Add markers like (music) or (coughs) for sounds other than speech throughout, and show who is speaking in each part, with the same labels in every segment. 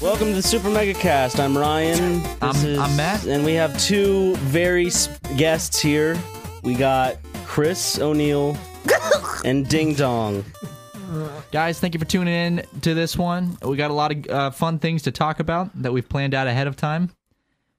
Speaker 1: Welcome to the Super Mega Cast. I'm Ryan. This
Speaker 2: I'm- I'm Matt.
Speaker 1: And we have two very s- guests here. We got Chris
Speaker 2: (laughs)
Speaker 1: O'Neill and Ding Dong. (laughs)
Speaker 2: Guys, thank you for tuning in to this one. We got a lot of uh, fun things to talk about that we've planned out ahead of time.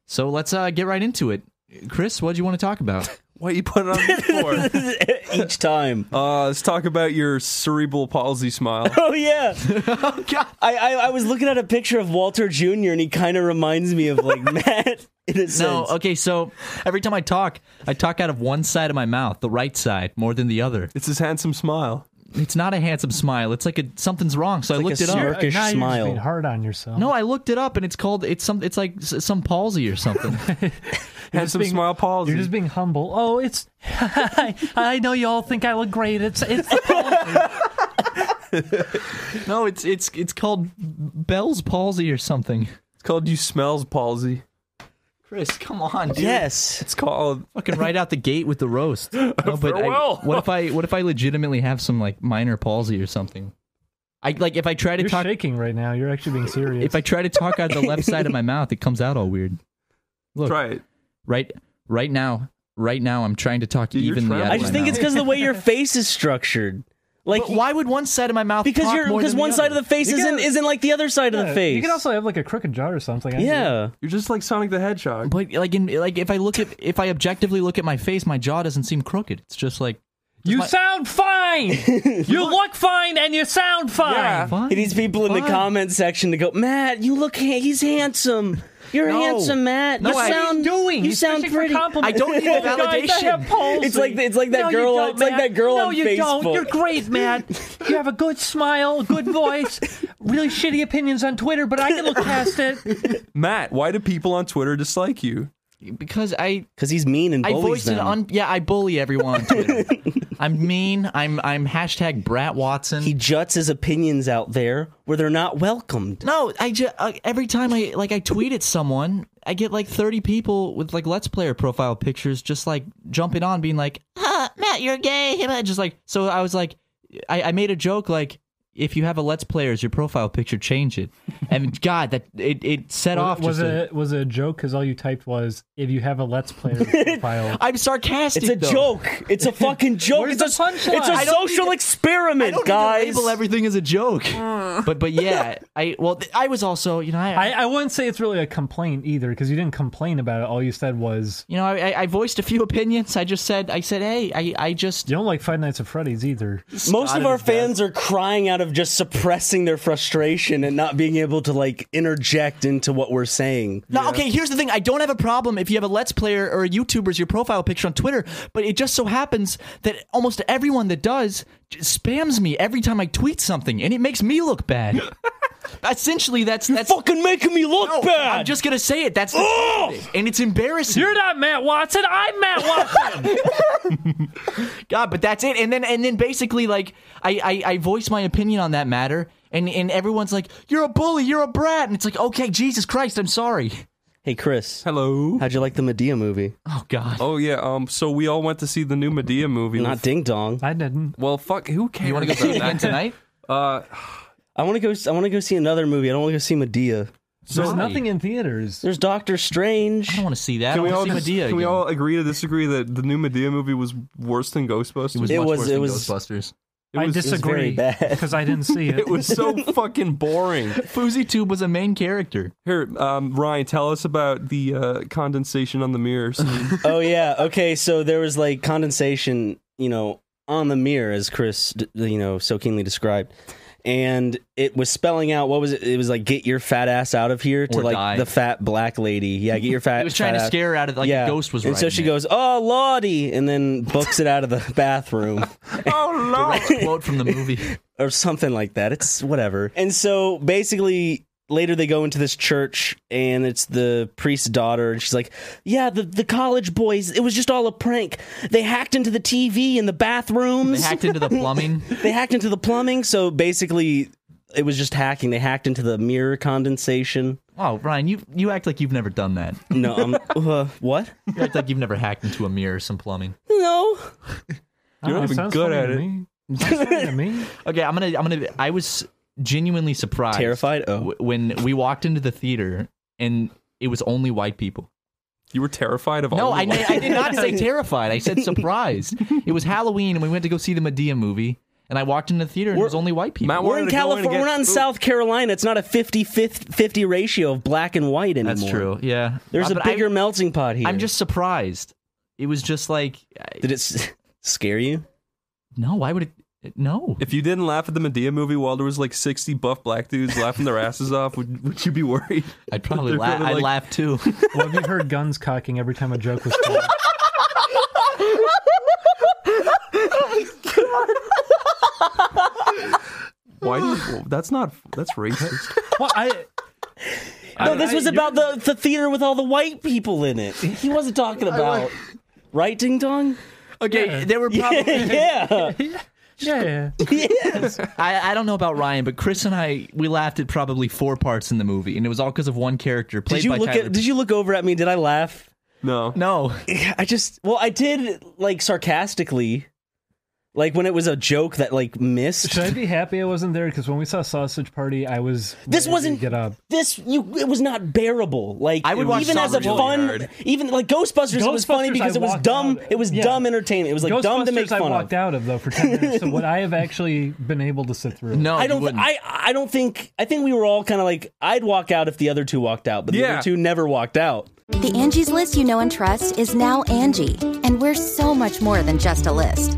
Speaker 2: So let's uh, get right into it. Chris, what do you want to talk about?
Speaker 3: What you put it on (laughs) me for?
Speaker 1: Each time.
Speaker 2: Oh.
Speaker 3: uh, let's talk about your cerebral palsy smile. (laughs)
Speaker 1: Oh
Speaker 2: (laughs)
Speaker 1: yeah.
Speaker 2: Oh,
Speaker 1: I, I I was looking at a picture of Walter Jr. and he kind of reminds me of
Speaker 2: (laughs)
Speaker 1: like Matt in a
Speaker 2: (laughs) no, oh,
Speaker 1: sense.
Speaker 2: okay, so every time I talk, I talk out of one side of my mouth, the right side, more than the other.
Speaker 3: It's his handsome smile.
Speaker 2: It's not a handsome smile. It's like a, something's wrong. So I
Speaker 1: like
Speaker 2: looked
Speaker 1: a
Speaker 2: it up.
Speaker 1: smirk. Turkish
Speaker 4: now you're just
Speaker 1: smile.
Speaker 4: being hard on yourself.
Speaker 2: No, I looked it up, and it's called it's some. It's like s- some palsy or (laughs) something.
Speaker 4: You're just
Speaker 3: handsome
Speaker 4: being-
Speaker 3: smile palsy.
Speaker 4: You're just being humble. Oh, it's. (laughs) I know you all think I look great. It's it's the palsy.
Speaker 2: no, it's it's it's called Bell's palsy or something.
Speaker 3: it's called you smells palsy.
Speaker 2: Chris, come on, dude.
Speaker 1: Yes.
Speaker 3: It's called.
Speaker 2: Fucking right out the gate with the (laughs) roast. No, but I-
Speaker 3: Farewell.
Speaker 2: what if I what if I legitimately have some like minor palsy or something? I like if I try to
Speaker 4: (laughs) You're
Speaker 2: talk
Speaker 4: shaking right now. You're actually being serious.
Speaker 2: if I try to talk out of the left side of my mouth, it comes out all weird. Look,
Speaker 3: Try it.
Speaker 2: right right now, right now I'm trying to talk
Speaker 3: Dude, you're
Speaker 2: evenly out
Speaker 3: traveling.
Speaker 2: of
Speaker 1: I just
Speaker 2: my
Speaker 1: think
Speaker 2: mouth.
Speaker 1: it's because of the way
Speaker 2: (laughs)
Speaker 1: your face is structured. Like
Speaker 2: But why would one side of my mouth
Speaker 1: because
Speaker 2: talk
Speaker 1: you're
Speaker 2: more
Speaker 1: because
Speaker 2: than
Speaker 1: one
Speaker 2: the
Speaker 1: side
Speaker 2: other?
Speaker 1: of the face
Speaker 4: You
Speaker 1: isn't
Speaker 4: gotta-
Speaker 1: isn't like the other side of
Speaker 4: Yeah,
Speaker 1: the face.
Speaker 4: You can also have like a crooked jaw or something. I
Speaker 1: yeah.
Speaker 3: You're just like Sonic the Hedgehog.
Speaker 2: But like in like if I look at if I objectively look at my face, my jaw doesn't seem crooked. It's just like
Speaker 4: You sound
Speaker 1: (laughs)
Speaker 4: fine. you look fine, and you sound fine.
Speaker 3: Yeah.
Speaker 2: fine.
Speaker 1: It needs people in the
Speaker 2: fine.
Speaker 1: comment section to go, Matt, you look, ha- he's handsome. You're
Speaker 2: No.
Speaker 1: handsome, Matt.
Speaker 2: No,
Speaker 1: you
Speaker 2: I-
Speaker 1: sound,
Speaker 4: He's doing.
Speaker 1: You
Speaker 4: He's
Speaker 1: sound
Speaker 4: fishing for
Speaker 1: pretty.
Speaker 2: I
Speaker 4: compliments.
Speaker 2: don't
Speaker 4: (laughs)
Speaker 2: need a
Speaker 4: Oh, guys, I have
Speaker 2: validation.
Speaker 4: palsy.
Speaker 1: It's like- it's like that
Speaker 4: No, you
Speaker 1: girl-
Speaker 4: don't,
Speaker 1: it's like
Speaker 4: Matt.
Speaker 1: that girl
Speaker 4: no,
Speaker 1: on
Speaker 4: you
Speaker 1: Facebook.
Speaker 4: Don't. You're great, Matt. You have a good smile,
Speaker 1: (laughs)
Speaker 4: good voice, really shitty opinions on Twitter, but I can look past it.
Speaker 3: Matt, why do people on Twitter dislike you?
Speaker 2: because I
Speaker 1: Because he's mean and
Speaker 2: I
Speaker 1: bullies
Speaker 2: voiced
Speaker 1: them.
Speaker 2: an un yeah I bully everyone
Speaker 1: (laughs)
Speaker 2: on Twitter. I'm mean. I'm I'm hashtag Brat Watson.
Speaker 1: he juts his opinions out there where they're not welcomed.
Speaker 2: no, I just uh, every time I like I tweet at someone, I get like 30 people with like Let's Player profile pictures just like jumping on, being like, huh, "Matt, you're gay." And I Just like so, I was like, I, I made a joke like. If you have a Let's Player as your profile picture, change it. And God, that it, it set off.
Speaker 4: was
Speaker 2: just a-
Speaker 4: it was it a joke? Because all you typed was if you have a Let's
Speaker 3: (laughs)
Speaker 4: Player profile.
Speaker 2: I'm sarcastic.
Speaker 1: It's a
Speaker 2: though.
Speaker 1: joke. It's a
Speaker 2: (laughs)
Speaker 1: fucking joke.
Speaker 4: Where's
Speaker 1: it's,
Speaker 4: the
Speaker 1: a,
Speaker 4: punchline?
Speaker 1: it's a
Speaker 4: I
Speaker 2: don't
Speaker 1: social experiment,
Speaker 2: I don't need to
Speaker 1: guys.
Speaker 2: label everything as a joke. but but yeah, I well th- I was also you know
Speaker 4: I,
Speaker 2: I,
Speaker 4: I wouldn't say it's really a complaint either, because you didn't complain about it. All you said was
Speaker 2: you know I, I- I voiced a few opinions. I just said I said hey I I just
Speaker 4: you don't like Five Nights at Freddy's either.
Speaker 1: Most of our fans are crying out of just suppressing their frustration and not being able to like interject into what we're saying.
Speaker 2: no okay. Here's the thing. I don't have a problem if you have a Let's Player or a YouTuber as your profile picture on Twitter. But it just so happens that almost everyone that does j- spams me every time I tweet something, and it makes me look (laughs) bad. Essentially, that's that's.
Speaker 1: Fucking making me look
Speaker 2: no,
Speaker 1: bad.
Speaker 2: I'm just gonna say it. That's the and it's embarrassing.
Speaker 4: You're not Matt Watson. I'm Matt Watson.
Speaker 2: God, but that's it. And then and then basically like I, I, I voice my opinion on that matter and, and everyone's like, You're a bully, you're a brat and it's like, Okay, Jesus Christ, I'm sorry.
Speaker 1: Hey, Chris.
Speaker 3: Hello.
Speaker 1: How'd you like the Medea movie?
Speaker 2: Oh God.
Speaker 3: Oh yeah. Um. So we all went to see the new Medea movie.
Speaker 1: Not Ding Dong.
Speaker 4: (laughs) I didn't.
Speaker 3: well, fuck. Who cares?
Speaker 2: you want to go see it (laughs) again tonight? (laughs)
Speaker 3: Uh.
Speaker 1: I want to go. I want to go see another movie. I don't want to go see Medea.
Speaker 4: There's nothing in theaters.
Speaker 1: There's Doctor
Speaker 2: I
Speaker 1: Strange.
Speaker 2: (laughs) don't want to see that.
Speaker 3: Can
Speaker 2: I
Speaker 3: we
Speaker 2: want to
Speaker 3: all
Speaker 2: see
Speaker 3: just-
Speaker 2: Medea.
Speaker 3: can we
Speaker 2: again.
Speaker 3: all agree to disagree that the new Medea movie was worse than Ghostbusters?
Speaker 2: It was.
Speaker 1: It
Speaker 2: much
Speaker 1: was-
Speaker 2: worse
Speaker 1: it
Speaker 2: than
Speaker 1: was-
Speaker 2: Ghostbusters.
Speaker 3: It
Speaker 4: I
Speaker 3: was- it
Speaker 1: very
Speaker 3: was
Speaker 4: disagree
Speaker 1: bad.
Speaker 4: because I didn't
Speaker 3: (laughs)
Speaker 4: see it.
Speaker 3: It
Speaker 2: (laughs)
Speaker 3: was so fucking boring.
Speaker 2: Fousey Tube was a main character.
Speaker 3: Here, um, Ryan, tell us about the uh, condensation on the
Speaker 1: (laughs)
Speaker 3: mirror scene.
Speaker 1: oh yeah. Okay. So there was like condensation, you know, on the mirror, as Chris, d- you know, so keenly described, and it was spelling out what was it? It was like get your fat ass out of here to
Speaker 2: Or
Speaker 1: like
Speaker 2: die.
Speaker 1: the fat black lady. Yeah,
Speaker 2: (laughs)
Speaker 1: get your fat.
Speaker 2: He was trying
Speaker 1: fat
Speaker 2: to
Speaker 1: ass-
Speaker 2: scare her out of like
Speaker 1: yeah.
Speaker 2: the ghost was.
Speaker 1: and so
Speaker 2: riding
Speaker 1: she
Speaker 2: it.
Speaker 1: goes, "Oh, Lottie," and then books it out of the (laughs) bathroom.
Speaker 3: oh no!
Speaker 2: Direct quote from
Speaker 1: (laughs)
Speaker 2: the movie.
Speaker 1: or something like that. It's whatever. And so basically later they go into this church and it's the priest's daughter and she's like, "Yeah, the the college boys, it was just all a prank. They hacked into the TV in the
Speaker 2: They
Speaker 1: bathrooms.
Speaker 2: hacked into the plumbing.
Speaker 1: (laughs) They hacked into the plumbing." So basically it was just hacking. They hacked into the mirror condensation.
Speaker 2: Oh, Ryan, you you act like you've never done that.
Speaker 1: No,
Speaker 2: (laughs)
Speaker 1: I'm uh, what?
Speaker 2: You act like you've never hacked into a mirror or some plumbing.
Speaker 1: No.
Speaker 4: I don't
Speaker 3: You're
Speaker 4: know,
Speaker 3: not even
Speaker 4: Oh, sounds
Speaker 3: good
Speaker 4: funny
Speaker 3: at
Speaker 4: to
Speaker 3: it.
Speaker 4: me. Sounds funny to me.
Speaker 2: Okay, I'm gonna I'm gonna I was genuinely surprised,
Speaker 1: Terrified? Oh.
Speaker 2: w- when we walked into the theater and it was only white people.
Speaker 3: You were terrified of
Speaker 2: No,
Speaker 3: all.
Speaker 2: I, I did not (laughs) say terrified. I said surprised. it was Halloween, and we went to go see the Medea movie. And I walked into the theater, and it was
Speaker 1: We're-
Speaker 2: only white people.
Speaker 3: Matt,
Speaker 1: We're in
Speaker 3: wanted to go and
Speaker 1: California.
Speaker 3: get
Speaker 1: we're not in
Speaker 3: spooked.
Speaker 1: South Carolina. It's not a 50 50 ratio of black and white anymore.
Speaker 2: That's true. Yeah,
Speaker 1: There's
Speaker 2: Uh,
Speaker 1: a
Speaker 2: but I-
Speaker 1: bigger melting pot here.
Speaker 2: I'm just surprised. It was just like, I-
Speaker 1: Did it s- (laughs) scare you?
Speaker 2: no, why would it? No,
Speaker 3: If you didn't laugh at the Medea movie while there was like sixty buff black dudes laughing their asses off, would, would you be worried?
Speaker 2: (laughs) I'd probably
Speaker 3: They're
Speaker 2: laugh.
Speaker 3: kinda
Speaker 2: I'd
Speaker 3: like-
Speaker 2: laugh too.
Speaker 4: Well, have you heard guns cocking every time a joke was told?
Speaker 3: Why?
Speaker 1: (laughs)
Speaker 3: Do you, well, that's not. That's racist.
Speaker 4: Well, I.
Speaker 1: No, this was about the, the theater with all the white people in it. He
Speaker 4: (laughs)
Speaker 1: wasn't talking about. Right, Ding Dong?
Speaker 2: (laughs) okay, there were probably. (laughs)
Speaker 1: yeah.
Speaker 4: Yeah, yeah.
Speaker 1: Yes.
Speaker 2: I, I don't know about Ryan, but Chris and I we laughed at probably four parts in the movie, and it was all because of one character played
Speaker 1: Did you
Speaker 2: by
Speaker 1: look
Speaker 2: Tyler.
Speaker 1: at? Did you look over at me? Did I laugh?
Speaker 3: No.
Speaker 2: no,
Speaker 1: I just. Well, I did like sarcastically, like when it was a joke that like missed.
Speaker 4: Should I be happy I wasn't there? Because when we saw Sausage Party, I was. ready
Speaker 1: This
Speaker 4: to
Speaker 1: wasn't-
Speaker 4: get up.
Speaker 1: This you. It was not bearable. Like
Speaker 2: I would watch
Speaker 1: even as a
Speaker 2: Sausage Party
Speaker 1: fun,
Speaker 3: hard.
Speaker 1: even like Ghostbusters. it was funny
Speaker 4: Ghostbusters,
Speaker 1: because
Speaker 4: I
Speaker 1: it was
Speaker 4: walked
Speaker 1: dumb.
Speaker 4: out-
Speaker 1: It was
Speaker 4: yeah.
Speaker 1: dumb entertainment. It was like dumb to make
Speaker 4: Ghostbusters
Speaker 1: fun
Speaker 4: I
Speaker 1: of.
Speaker 4: walked out of though for ten minutes. So what I have actually been able to sit through.
Speaker 2: no,
Speaker 1: I
Speaker 2: you
Speaker 1: don't.
Speaker 2: wouldn't.
Speaker 1: I I don't think. I think we were all kind of like I'd walk out if the other two walked out, but the
Speaker 3: Yeah.
Speaker 1: other two never walked out.
Speaker 5: The Angie's list you know and trust is now Angie, and we're so much more than just a list.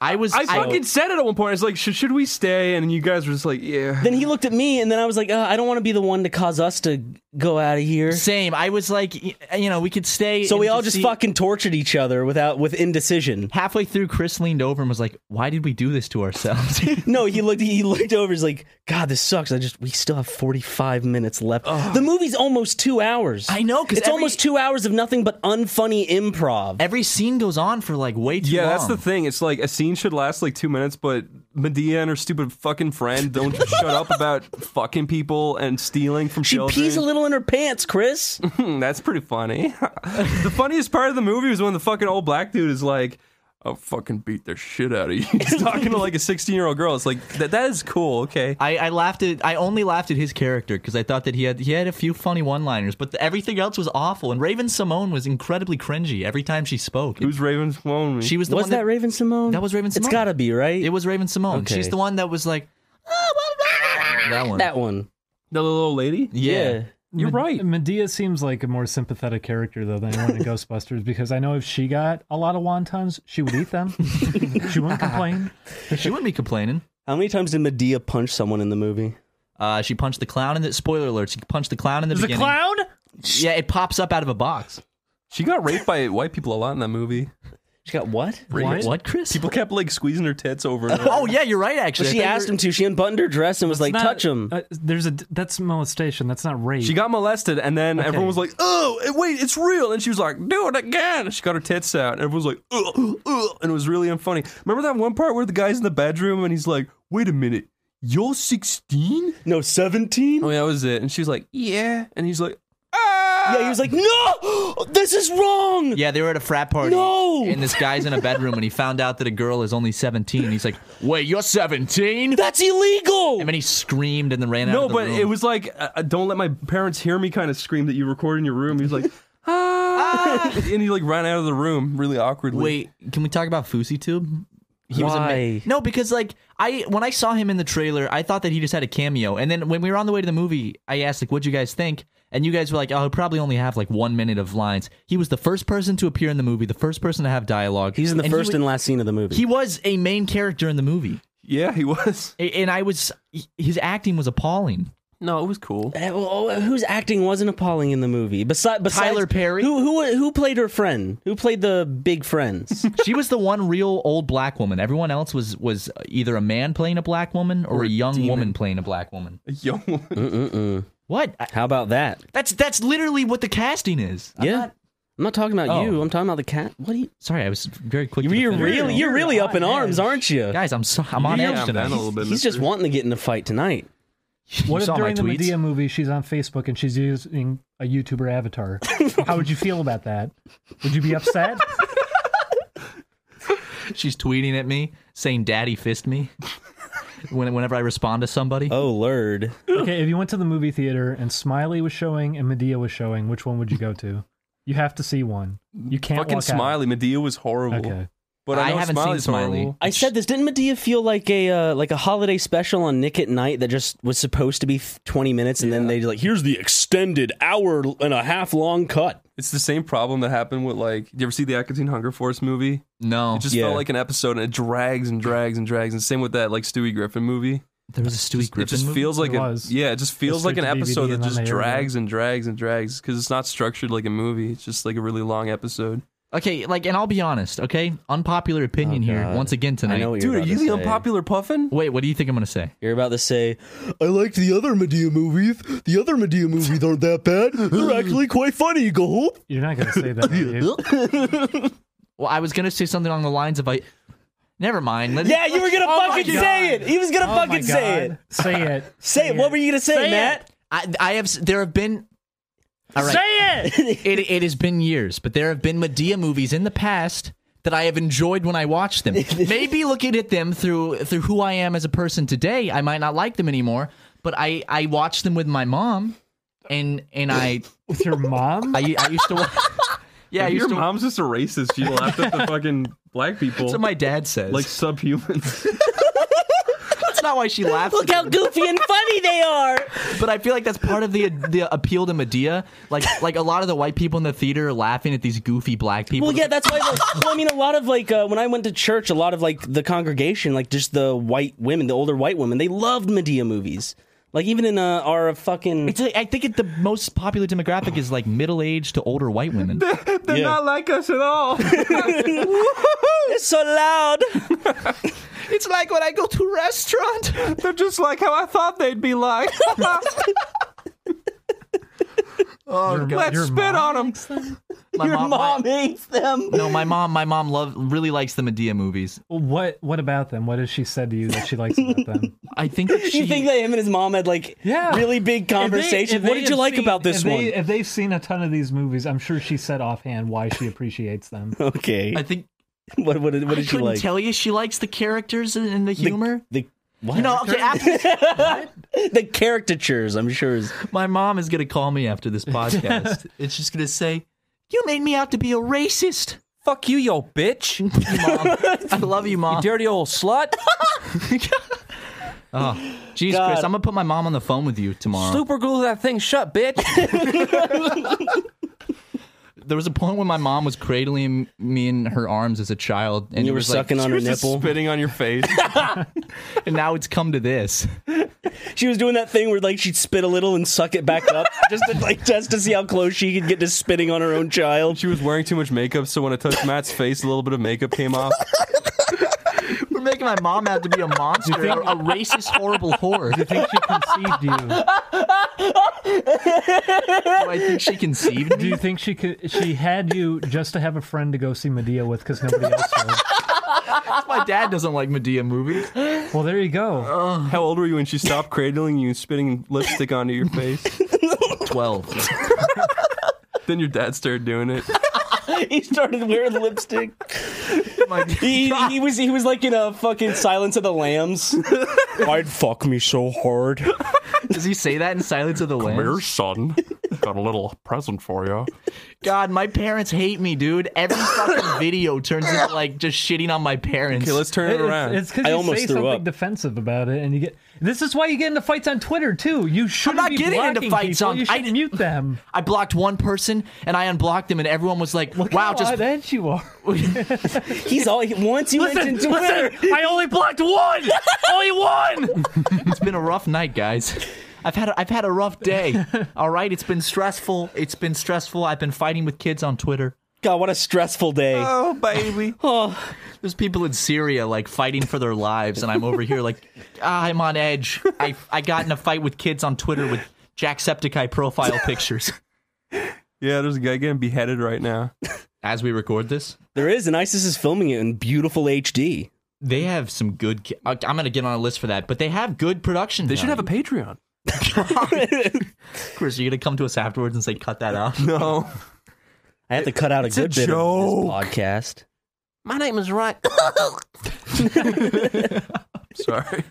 Speaker 2: I was
Speaker 3: I fucking said it at one point. I was like, should, should we stay? And you guys were just like, yeah.
Speaker 1: Then he looked at me, and then I was like, uh, I don't want to be the one to cause us to go out of here.
Speaker 2: same. I was like, y- you know, we could stay.
Speaker 1: So we
Speaker 2: and
Speaker 1: all just
Speaker 2: see-
Speaker 1: fucking tortured each other without with indecision.
Speaker 2: Halfway through, Chris leaned over and was like, "Why did we do this to ourselves?" (laughs)
Speaker 1: No, he looked. He looked over. He's like, "God, this sucks." I just we still have forty five minutes left. The movie's almost two hours.
Speaker 2: I know, 'cause
Speaker 1: it's
Speaker 2: every-
Speaker 1: almost two hours of nothing but unfunny improv.
Speaker 2: Every scene goes on for like way too
Speaker 3: Yeah,
Speaker 2: long.
Speaker 3: that's the thing. It's like a scene should last like two minutes, but Medea and her stupid fucking friend
Speaker 1: (laughs)
Speaker 3: don't shut up about fucking people and stealing from
Speaker 1: she
Speaker 3: children.
Speaker 1: pees a little in her pants,
Speaker 2: (laughs)
Speaker 1: Chris.
Speaker 3: Hmm, that's pretty funny. the funniest part of the movie was when the fucking old black dude is like, I'll fucking beat the shit out of you. (laughs) He's talking to like a 16 year old girl. It's like, that, that is cool, okay?
Speaker 2: I, I laughed at I only laughed at his character because I thought that he had he had a few funny one liners, but the, everything else was awful. And Raven Simone was incredibly cringy every time she spoke.
Speaker 3: Who's Raven's phone?
Speaker 2: she was the
Speaker 1: Was
Speaker 2: one
Speaker 1: that, Raven Simone?
Speaker 2: That was Raven Simone.
Speaker 1: It's gotta be right.
Speaker 2: It was Raven Simone.
Speaker 1: Okay.
Speaker 2: She's the one that was like "Oh, that one.
Speaker 1: that one.
Speaker 3: the little old lady?
Speaker 2: yeah.
Speaker 3: You're right.
Speaker 6: Medea seems like a more sympathetic character though than
Speaker 1: (laughs)
Speaker 6: anyone in Ghostbusters because I know if she got a lot of wontons, she would
Speaker 1: (laughs)
Speaker 6: eat them. she wouldn't complain.
Speaker 2: she wouldn't be complaining.
Speaker 1: How many times did Medea punch someone in the movie?
Speaker 2: Uh, she punched the clown in the spoiler alert. She punched the clown in the
Speaker 6: There's a
Speaker 2: beginning.
Speaker 6: clown.
Speaker 2: Yeah, it pops up out of a box.
Speaker 3: She got raped by white people a lot in that movie.
Speaker 1: She got what?
Speaker 2: What? What, Chris? (laughs)
Speaker 3: People kept like squeezing her tits over (laughs) and over.
Speaker 2: oh yeah, you're right. Actually,
Speaker 1: But
Speaker 2: I
Speaker 1: she
Speaker 2: think
Speaker 1: asked
Speaker 2: we're-
Speaker 1: him to. She unbuttoned her dress and was like,
Speaker 6: Not-
Speaker 1: "Touch him."
Speaker 6: Uh, there's a that's molestation. That's not rape.
Speaker 3: She got molested, and then everyone was like, "Oh, wait, it's real!" And she was like, "Do it again!" And she got her tits out, and everyone was like, "Ugh, ugh," and it was really unfunny. Remember that one part where the guy's in the bedroom and he's like, "Wait a minute, you're 16?"
Speaker 1: no, seventeen.
Speaker 3: Oh, yeah, that was it. And she's like, "Yeah," and he's like, "Ah!"
Speaker 1: Yeah, he was like, "No, this is wrong."
Speaker 2: Yeah, they were at a frat party.
Speaker 1: No!
Speaker 2: And this guy's in a bedroom and he found out that a girl is only 17. He's like, wait, you're 17?
Speaker 1: That's illegal.
Speaker 2: And then he screamed and then ran out
Speaker 3: No,
Speaker 2: of the
Speaker 3: but
Speaker 2: room.
Speaker 3: it was like, uh, uh, "Don't let my parents hear me." Kind of scream that you record in your room. He's like, "Ah!" (laughs) and he like ran out of the room really awkwardly.
Speaker 2: Wait, can we talk about Fousey Tube? He was
Speaker 1: Why?
Speaker 2: ama- No, because like I when I saw him in the trailer, I thought that he just had a cameo. And then when we were on the way to the movie, I asked like, "What'd you guys think?" And you guys were like, "Oh, he'll probably only have like one minute of lines." He was the first person to appear in the movie, the first person to have dialogue.
Speaker 1: He's in the
Speaker 2: And he
Speaker 1: first
Speaker 2: wa-
Speaker 1: and last scene of the movie.
Speaker 2: (laughs) He was a main character in the movie,
Speaker 3: yeah, he was.
Speaker 2: A- and I was his acting was appalling.
Speaker 3: No, it was cool.
Speaker 1: Uh, well, uh, whose acting wasn't appalling in the movie? Besi- besides
Speaker 2: Tyler Perry?
Speaker 1: who who who played her friend? Who played the big (laughs) friends?
Speaker 2: she was the one real old black woman. Everyone else was was either a man playing a black woman or, a young woman playing a black woman.
Speaker 3: (laughs) Yo,
Speaker 2: What? I-
Speaker 1: How about that?
Speaker 2: that's that's literally what the casting is. I'm
Speaker 1: yeah,
Speaker 2: not-
Speaker 1: I'm not talking about
Speaker 2: Oh.
Speaker 1: you. I'm talking about the cat. What are you?
Speaker 2: sorry, I was very quick. to
Speaker 1: You're
Speaker 2: defend myself.
Speaker 1: really you're really up in arms, aren't you?
Speaker 2: guys. I'm so, I'm on
Speaker 3: Yeah,
Speaker 2: edge
Speaker 3: I'm
Speaker 2: tonight.
Speaker 3: down a little bit.
Speaker 1: He's just
Speaker 3: mister.
Speaker 1: wanting to get in a fight tonight.
Speaker 2: You
Speaker 6: What
Speaker 2: saw
Speaker 6: if
Speaker 2: my
Speaker 6: during the
Speaker 2: tweets?
Speaker 6: Medea movie she's on Facebook and she's using a YouTuber
Speaker 1: (laughs)
Speaker 6: avatar? How would you feel about that? Would you be upset?
Speaker 2: She's tweeting at me saying "Daddy fist me." (laughs) when, whenever I respond to somebody,
Speaker 1: Oh, lord.
Speaker 6: okay, if you went to the movie theater and Smiley was showing and Medea was showing, which one would you go to? You have to see one. You can't
Speaker 3: fucking
Speaker 6: walk out.
Speaker 3: Smiley. Medea was horrible.
Speaker 6: Okay.
Speaker 3: But
Speaker 2: I
Speaker 3: I, know
Speaker 2: haven't seen
Speaker 3: Smiley's
Speaker 2: Smiley.
Speaker 3: horrible.
Speaker 1: I said this. Didn't Medea feel like a uh, like a holiday special on Nick at Night that just was supposed to be th- 20 minutes, and then they like here's the extended hour and a half long cut.
Speaker 3: It's the same problem that happened with like. Do you ever see the Aquatine Hunger Force movie?
Speaker 2: no.
Speaker 3: It just
Speaker 1: Yeah.
Speaker 3: felt like an episode, and it drags and drags and drags. And same with that like Stewie Griffin movie.
Speaker 2: there was a Stewie
Speaker 3: It
Speaker 2: Griffin
Speaker 3: just
Speaker 2: movie?
Speaker 3: feels like
Speaker 6: It
Speaker 3: a-
Speaker 6: was.
Speaker 3: yeah. It just feels
Speaker 6: It's
Speaker 3: like an
Speaker 6: straight to
Speaker 3: episode
Speaker 6: DVD
Speaker 3: that
Speaker 6: and then
Speaker 3: just
Speaker 6: they aired it.
Speaker 3: drags and drags and drags because it's not structured like a movie. It's just like a really long episode.
Speaker 2: okay. Like, and I'll be honest. Okay, unpopular opinion
Speaker 1: Oh,
Speaker 2: here
Speaker 1: God.
Speaker 2: once again tonight.
Speaker 1: I know what
Speaker 3: Dude,
Speaker 1: you're
Speaker 3: are
Speaker 1: about
Speaker 3: you
Speaker 1: to
Speaker 3: the
Speaker 1: say.
Speaker 3: unpopular puffin?
Speaker 2: Wait, what do you think I'm gonna say?
Speaker 1: You're about to say, I liked the other Medea movies. The other Medea movies aren't that bad. They're actually quite funny. You go, "Hoop."
Speaker 6: You're not going to say that.
Speaker 1: (laughs)
Speaker 6: are you?
Speaker 2: Well, I was gonna say something along the lines of I. Never mind. Let-
Speaker 1: Yeah, you were gonna
Speaker 2: Oh my
Speaker 1: fucking
Speaker 2: God.
Speaker 1: say it. He was gonna
Speaker 6: Oh my
Speaker 1: fucking say it.
Speaker 6: God. Say it.
Speaker 1: Say it. What were you gonna say, Matt?
Speaker 2: I, I have. s- There have been. All right.
Speaker 6: Say it.
Speaker 2: (laughs) It, it has been years, but there have been Medea movies in the past that I have enjoyed when I watched
Speaker 1: (laughs)
Speaker 2: them. Maybe looking at them through through who I am as a person today, I might not like them anymore. But I I watched them with my mom, and and I
Speaker 6: With
Speaker 1: (laughs)
Speaker 6: your mom?
Speaker 2: I, I used to. wa- (laughs) Yeah, I
Speaker 3: Your
Speaker 2: used to. (laughs)
Speaker 3: mom's just a racist. She (laughs) laughed at the fucking black people
Speaker 2: That's what my dad says.
Speaker 3: like subhumans.
Speaker 2: not why she
Speaker 1: (laughs)
Speaker 2: laughs.
Speaker 1: Look how goofy and funny they are.
Speaker 2: But I feel like that's part of the the appeal to Medea. Like like a lot of the white people in the theater are laughing at these goofy black people.
Speaker 1: Well, yeah, that's why. Like, well, I mean, a lot of like uh, when I went to church, a lot of like the congregation, like just the white women, the older white women, they loved Medea movies. Like even in uh, our fucking
Speaker 2: It's like- I think it, the most popular demographic is like middle aged to older white women.
Speaker 3: (laughs) They're
Speaker 1: Yeah.
Speaker 3: not like us at all.
Speaker 1: it's so loud.
Speaker 2: (laughs) it's like when I go to a restaurant.
Speaker 3: (laughs) They're just like how I thought they'd
Speaker 2: (laughs)
Speaker 3: be like. (laughs)
Speaker 6: Oh, your,
Speaker 3: Let's
Speaker 6: your
Speaker 3: spit
Speaker 6: mom?
Speaker 3: on them. (laughs)
Speaker 2: My
Speaker 1: Your
Speaker 2: mom-
Speaker 1: mom, hates them.
Speaker 2: No, my mom, my mom love really likes the Medea movies.
Speaker 6: What What about them? What has she said to you that she likes about them?
Speaker 2: I think (laughs) that she,
Speaker 1: You think that him and his mom had like
Speaker 6: Yeah.
Speaker 1: really big (laughs) conversation?
Speaker 6: If they- if
Speaker 1: what
Speaker 6: they
Speaker 1: did you
Speaker 6: have
Speaker 1: like
Speaker 6: seen-
Speaker 1: about this
Speaker 6: if they-
Speaker 1: one?
Speaker 6: if they've seen a ton of these movies, I'm sure she said offhand why she appreciates them.
Speaker 1: okay,
Speaker 2: I think
Speaker 1: (laughs) what what did- what
Speaker 2: I
Speaker 1: did you
Speaker 2: couldn't
Speaker 1: like?
Speaker 2: tell you she likes the characters and, and the
Speaker 1: The-
Speaker 2: humor.
Speaker 1: The, what?
Speaker 2: no, okay, after,
Speaker 1: the caricatures. I'm sure is
Speaker 2: my mom is gonna call me after this podcast. it's just gonna say, "You made me out to be a racist."
Speaker 3: Fuck you, yo
Speaker 2: (laughs)
Speaker 3: bitch. You
Speaker 2: Mom, I love you, mom.
Speaker 3: dirty old slut.
Speaker 2: Jeez,
Speaker 1: God.
Speaker 2: Chris, I'm gonna put my mom on the phone with you tomorrow.
Speaker 3: Super glue that thing shut, bitch.
Speaker 2: (laughs) There was a point when my mom was cradling me in her arms as a child, and
Speaker 1: you
Speaker 2: it
Speaker 1: were
Speaker 2: was like-
Speaker 1: sucking on her
Speaker 3: You're just
Speaker 1: nipple.
Speaker 3: (laughs) spitting on your face.
Speaker 2: (laughs) and now it's come to this.
Speaker 1: She was doing that thing where like she'd spit a little and suck it back
Speaker 3: (laughs)
Speaker 1: up, just to, like just to see how close she could get to spitting on her own child.
Speaker 3: she was wearing too much makeup, so when I touched Matt's face, a little bit of makeup came off.
Speaker 2: We're making my mom out to be a monster, a, a racist, horrible whore.
Speaker 6: I think she conceived you.
Speaker 2: Do I think she conceived
Speaker 6: Do
Speaker 2: me?
Speaker 6: you think she could? She had you just to have a friend to go see Medea with because nobody else would.
Speaker 2: My dad doesn't like Medea movies.
Speaker 6: Well, there you go.
Speaker 3: How old were you when she stopped cradling you and spitting lipstick onto your face?
Speaker 2: 12.
Speaker 3: then your dad started doing it.
Speaker 1: (laughs) he started wearing
Speaker 3: (laughs)
Speaker 1: lipstick.
Speaker 2: My-
Speaker 1: He, he was he was like in a fucking Silence of the Lambs. I'd fuck me so hard.
Speaker 2: does he say that in Silence of the Lambs?
Speaker 3: son. Got a little present for you.
Speaker 2: God, my parents hate me, dude. Every fucking video turns into like just shitting on my parents.
Speaker 3: Okay, let's turn it around.
Speaker 6: It's because
Speaker 1: I
Speaker 6: you
Speaker 1: almost
Speaker 6: say
Speaker 1: threw
Speaker 6: something
Speaker 1: up.
Speaker 6: defensive about it, and you get. This is why you get into fights on Twitter too. You shouldn't
Speaker 2: not
Speaker 6: be
Speaker 2: getting into
Speaker 6: blocking
Speaker 2: fights
Speaker 6: people.
Speaker 2: on-
Speaker 6: You
Speaker 2: I
Speaker 6: should
Speaker 2: didn't-
Speaker 6: mute them.
Speaker 2: I blocked one person and I unblocked him, and everyone was like, "Wow,
Speaker 6: How
Speaker 2: just
Speaker 6: odd you are.
Speaker 1: He's all he- once you mentioned Twitter.
Speaker 6: I only blocked (laughs) one. only one.
Speaker 2: it's been a rough night, guys." I've had a, I've had a rough day. All right, it's been stressful. It's been stressful. I've been fighting with kids on Twitter.
Speaker 1: God, what a stressful day. Oh.
Speaker 3: Oh, baby.
Speaker 2: There's people in Syria like fighting for their lives, and I'm over here like (laughs) ah, I'm on edge. I I got in a fight with kids on Twitter with Jacksepticeye (laughs) profile pictures.
Speaker 3: (laughs) Yeah, there's a guy getting beheaded right now.
Speaker 2: As we record this,
Speaker 1: There is, and ISIS is filming it in beautiful HD.
Speaker 2: they have some good. ca- I- I'm gonna get on a list for that, but they have good production.
Speaker 3: They should have a Patreon.
Speaker 2: (laughs) Chris, are you gonna come to us afterwards and say cut that
Speaker 3: (laughs)
Speaker 2: out?
Speaker 3: No.
Speaker 1: I had to cut out a
Speaker 3: a
Speaker 1: good bit
Speaker 3: joke.
Speaker 1: of this podcast.
Speaker 3: My name is Ryan. (laughs) sorry.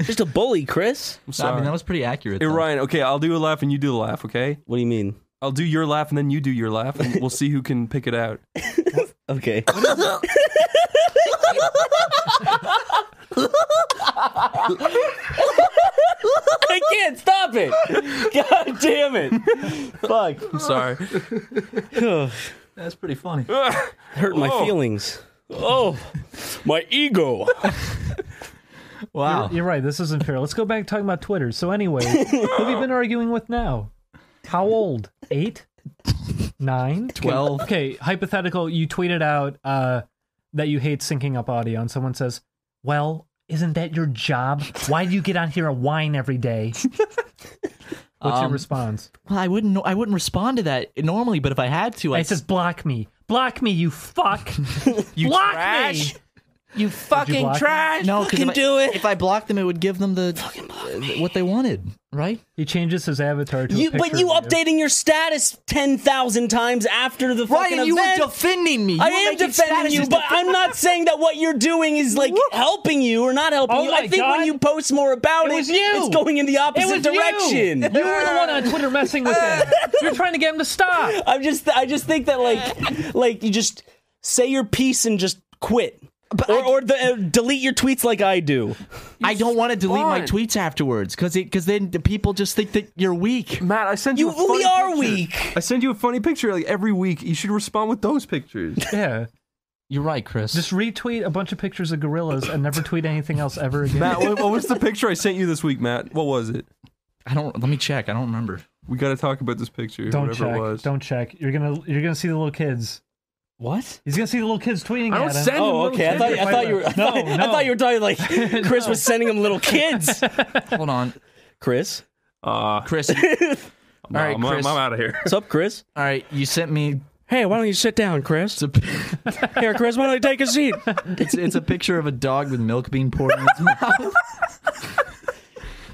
Speaker 1: Just a bully, Chris.
Speaker 3: I'm
Speaker 2: I
Speaker 3: sorry.
Speaker 2: mean, that was pretty accurate.
Speaker 3: Hey,
Speaker 2: though.
Speaker 3: Ryan, okay, I'll do a laugh and you do a laugh, okay?
Speaker 1: What do you mean?
Speaker 3: I'll do your laugh and then you do your laugh, and we'll see who can pick it out.
Speaker 1: Okay. I can't stop it. God damn it.
Speaker 3: I'm sorry.
Speaker 2: That's pretty funny.
Speaker 1: Hurt my feelings. Oh, my ego.
Speaker 2: Wow.
Speaker 6: You're right. This isn't fair. Let's go back to talking about Twitter. So anyway, who have you been arguing with now? How old? Eight? Nine?
Speaker 2: Twelve.
Speaker 6: Okay, hypothetical. You tweeted out uh, that you hate syncing up audio, and someone says, "Well, isn't that your job? Why do you get on here and whine
Speaker 2: (laughs)
Speaker 6: every day?" What's your
Speaker 2: Um,
Speaker 6: response?
Speaker 2: Well, I wouldn't. know- I wouldn't respond to that normally, but if I had to,
Speaker 6: I
Speaker 2: I
Speaker 6: says, "Block me, block me, you fuck,
Speaker 2: you
Speaker 6: block
Speaker 2: trash.
Speaker 6: me."
Speaker 2: You
Speaker 6: Did you
Speaker 2: fucking
Speaker 6: block
Speaker 2: trash. No,
Speaker 1: Fucking
Speaker 2: because
Speaker 1: do it.
Speaker 2: If I blocked them, it would give them the uh, what they wanted, right?
Speaker 6: He changes his avatar to.
Speaker 1: You,
Speaker 6: a picture
Speaker 1: but you
Speaker 6: of
Speaker 1: updating your status 10,000 times after the fucking
Speaker 2: Ryan, you
Speaker 1: event.
Speaker 2: were defending me. You
Speaker 1: I
Speaker 2: were
Speaker 1: am
Speaker 2: making
Speaker 1: defending
Speaker 2: statuses
Speaker 1: you, but
Speaker 2: to-
Speaker 1: I'm not saying that what you're doing is like helping you or not helping
Speaker 6: Oh
Speaker 1: you.
Speaker 6: my
Speaker 1: I think
Speaker 6: God.
Speaker 1: when you post more about it,
Speaker 6: It was you.
Speaker 1: it's going in the
Speaker 6: It
Speaker 1: opposite
Speaker 6: was
Speaker 1: direction. (laughs)
Speaker 6: You. you were the one on Twitter messing with him. You're trying to get him to stop.
Speaker 1: I'm just I just think that like like you just say your piece and just quit.
Speaker 2: But
Speaker 1: or,
Speaker 2: I-
Speaker 1: or the, uh, delete your tweets like I do.
Speaker 2: I don't want to delete my
Speaker 3: fine.
Speaker 2: tweets afterwards because because then the people just think that you're weak.
Speaker 3: (laughs) Matt, I sent you.
Speaker 1: You,
Speaker 3: a funny
Speaker 1: we are
Speaker 3: picture.
Speaker 1: weak.
Speaker 3: I send you a funny picture like every week. You should respond with those pictures.
Speaker 6: Yeah.
Speaker 2: You're right, Chris.
Speaker 6: Just retweet a bunch of pictures of gorillas and never tweet anything else ever
Speaker 3: (laughs)
Speaker 6: again.
Speaker 3: Matt, what, what was the picture I sent you this week, Matt? What was it?
Speaker 2: I don't. Let me check. I don't remember.
Speaker 3: We got to talk about this picture.
Speaker 6: (laughs) don't
Speaker 3: whatever
Speaker 6: check.
Speaker 3: it was.
Speaker 6: Don't check. You're gonna you're gonna see the little kids.
Speaker 2: What?
Speaker 6: He's gonna see the little kids tweeting
Speaker 3: I don't
Speaker 6: at him.
Speaker 3: send-
Speaker 1: Oh,
Speaker 3: little
Speaker 1: okay. I
Speaker 3: kid
Speaker 1: thought,
Speaker 6: that
Speaker 1: I thought you were. I
Speaker 6: fight
Speaker 1: thought,
Speaker 6: them. No,
Speaker 1: I thought
Speaker 6: no.
Speaker 1: you were talking like (laughs) Chris was sending them little (laughs) kids.
Speaker 2: Hold on,
Speaker 1: Chris,
Speaker 3: Ah,
Speaker 2: (laughs) Chris.
Speaker 3: no,
Speaker 2: All right,
Speaker 3: I'm,
Speaker 2: Chris.
Speaker 3: I'm out of (laughs) here.
Speaker 1: what's up, Chris?
Speaker 2: All right, you sent me.
Speaker 1: Hey, why don't you sit down, Chris?
Speaker 2: It's a,
Speaker 1: Here, Chris, why don't you take a seat?
Speaker 2: it's, it's a picture of a dog with milk being poured in its (laughs) mouth.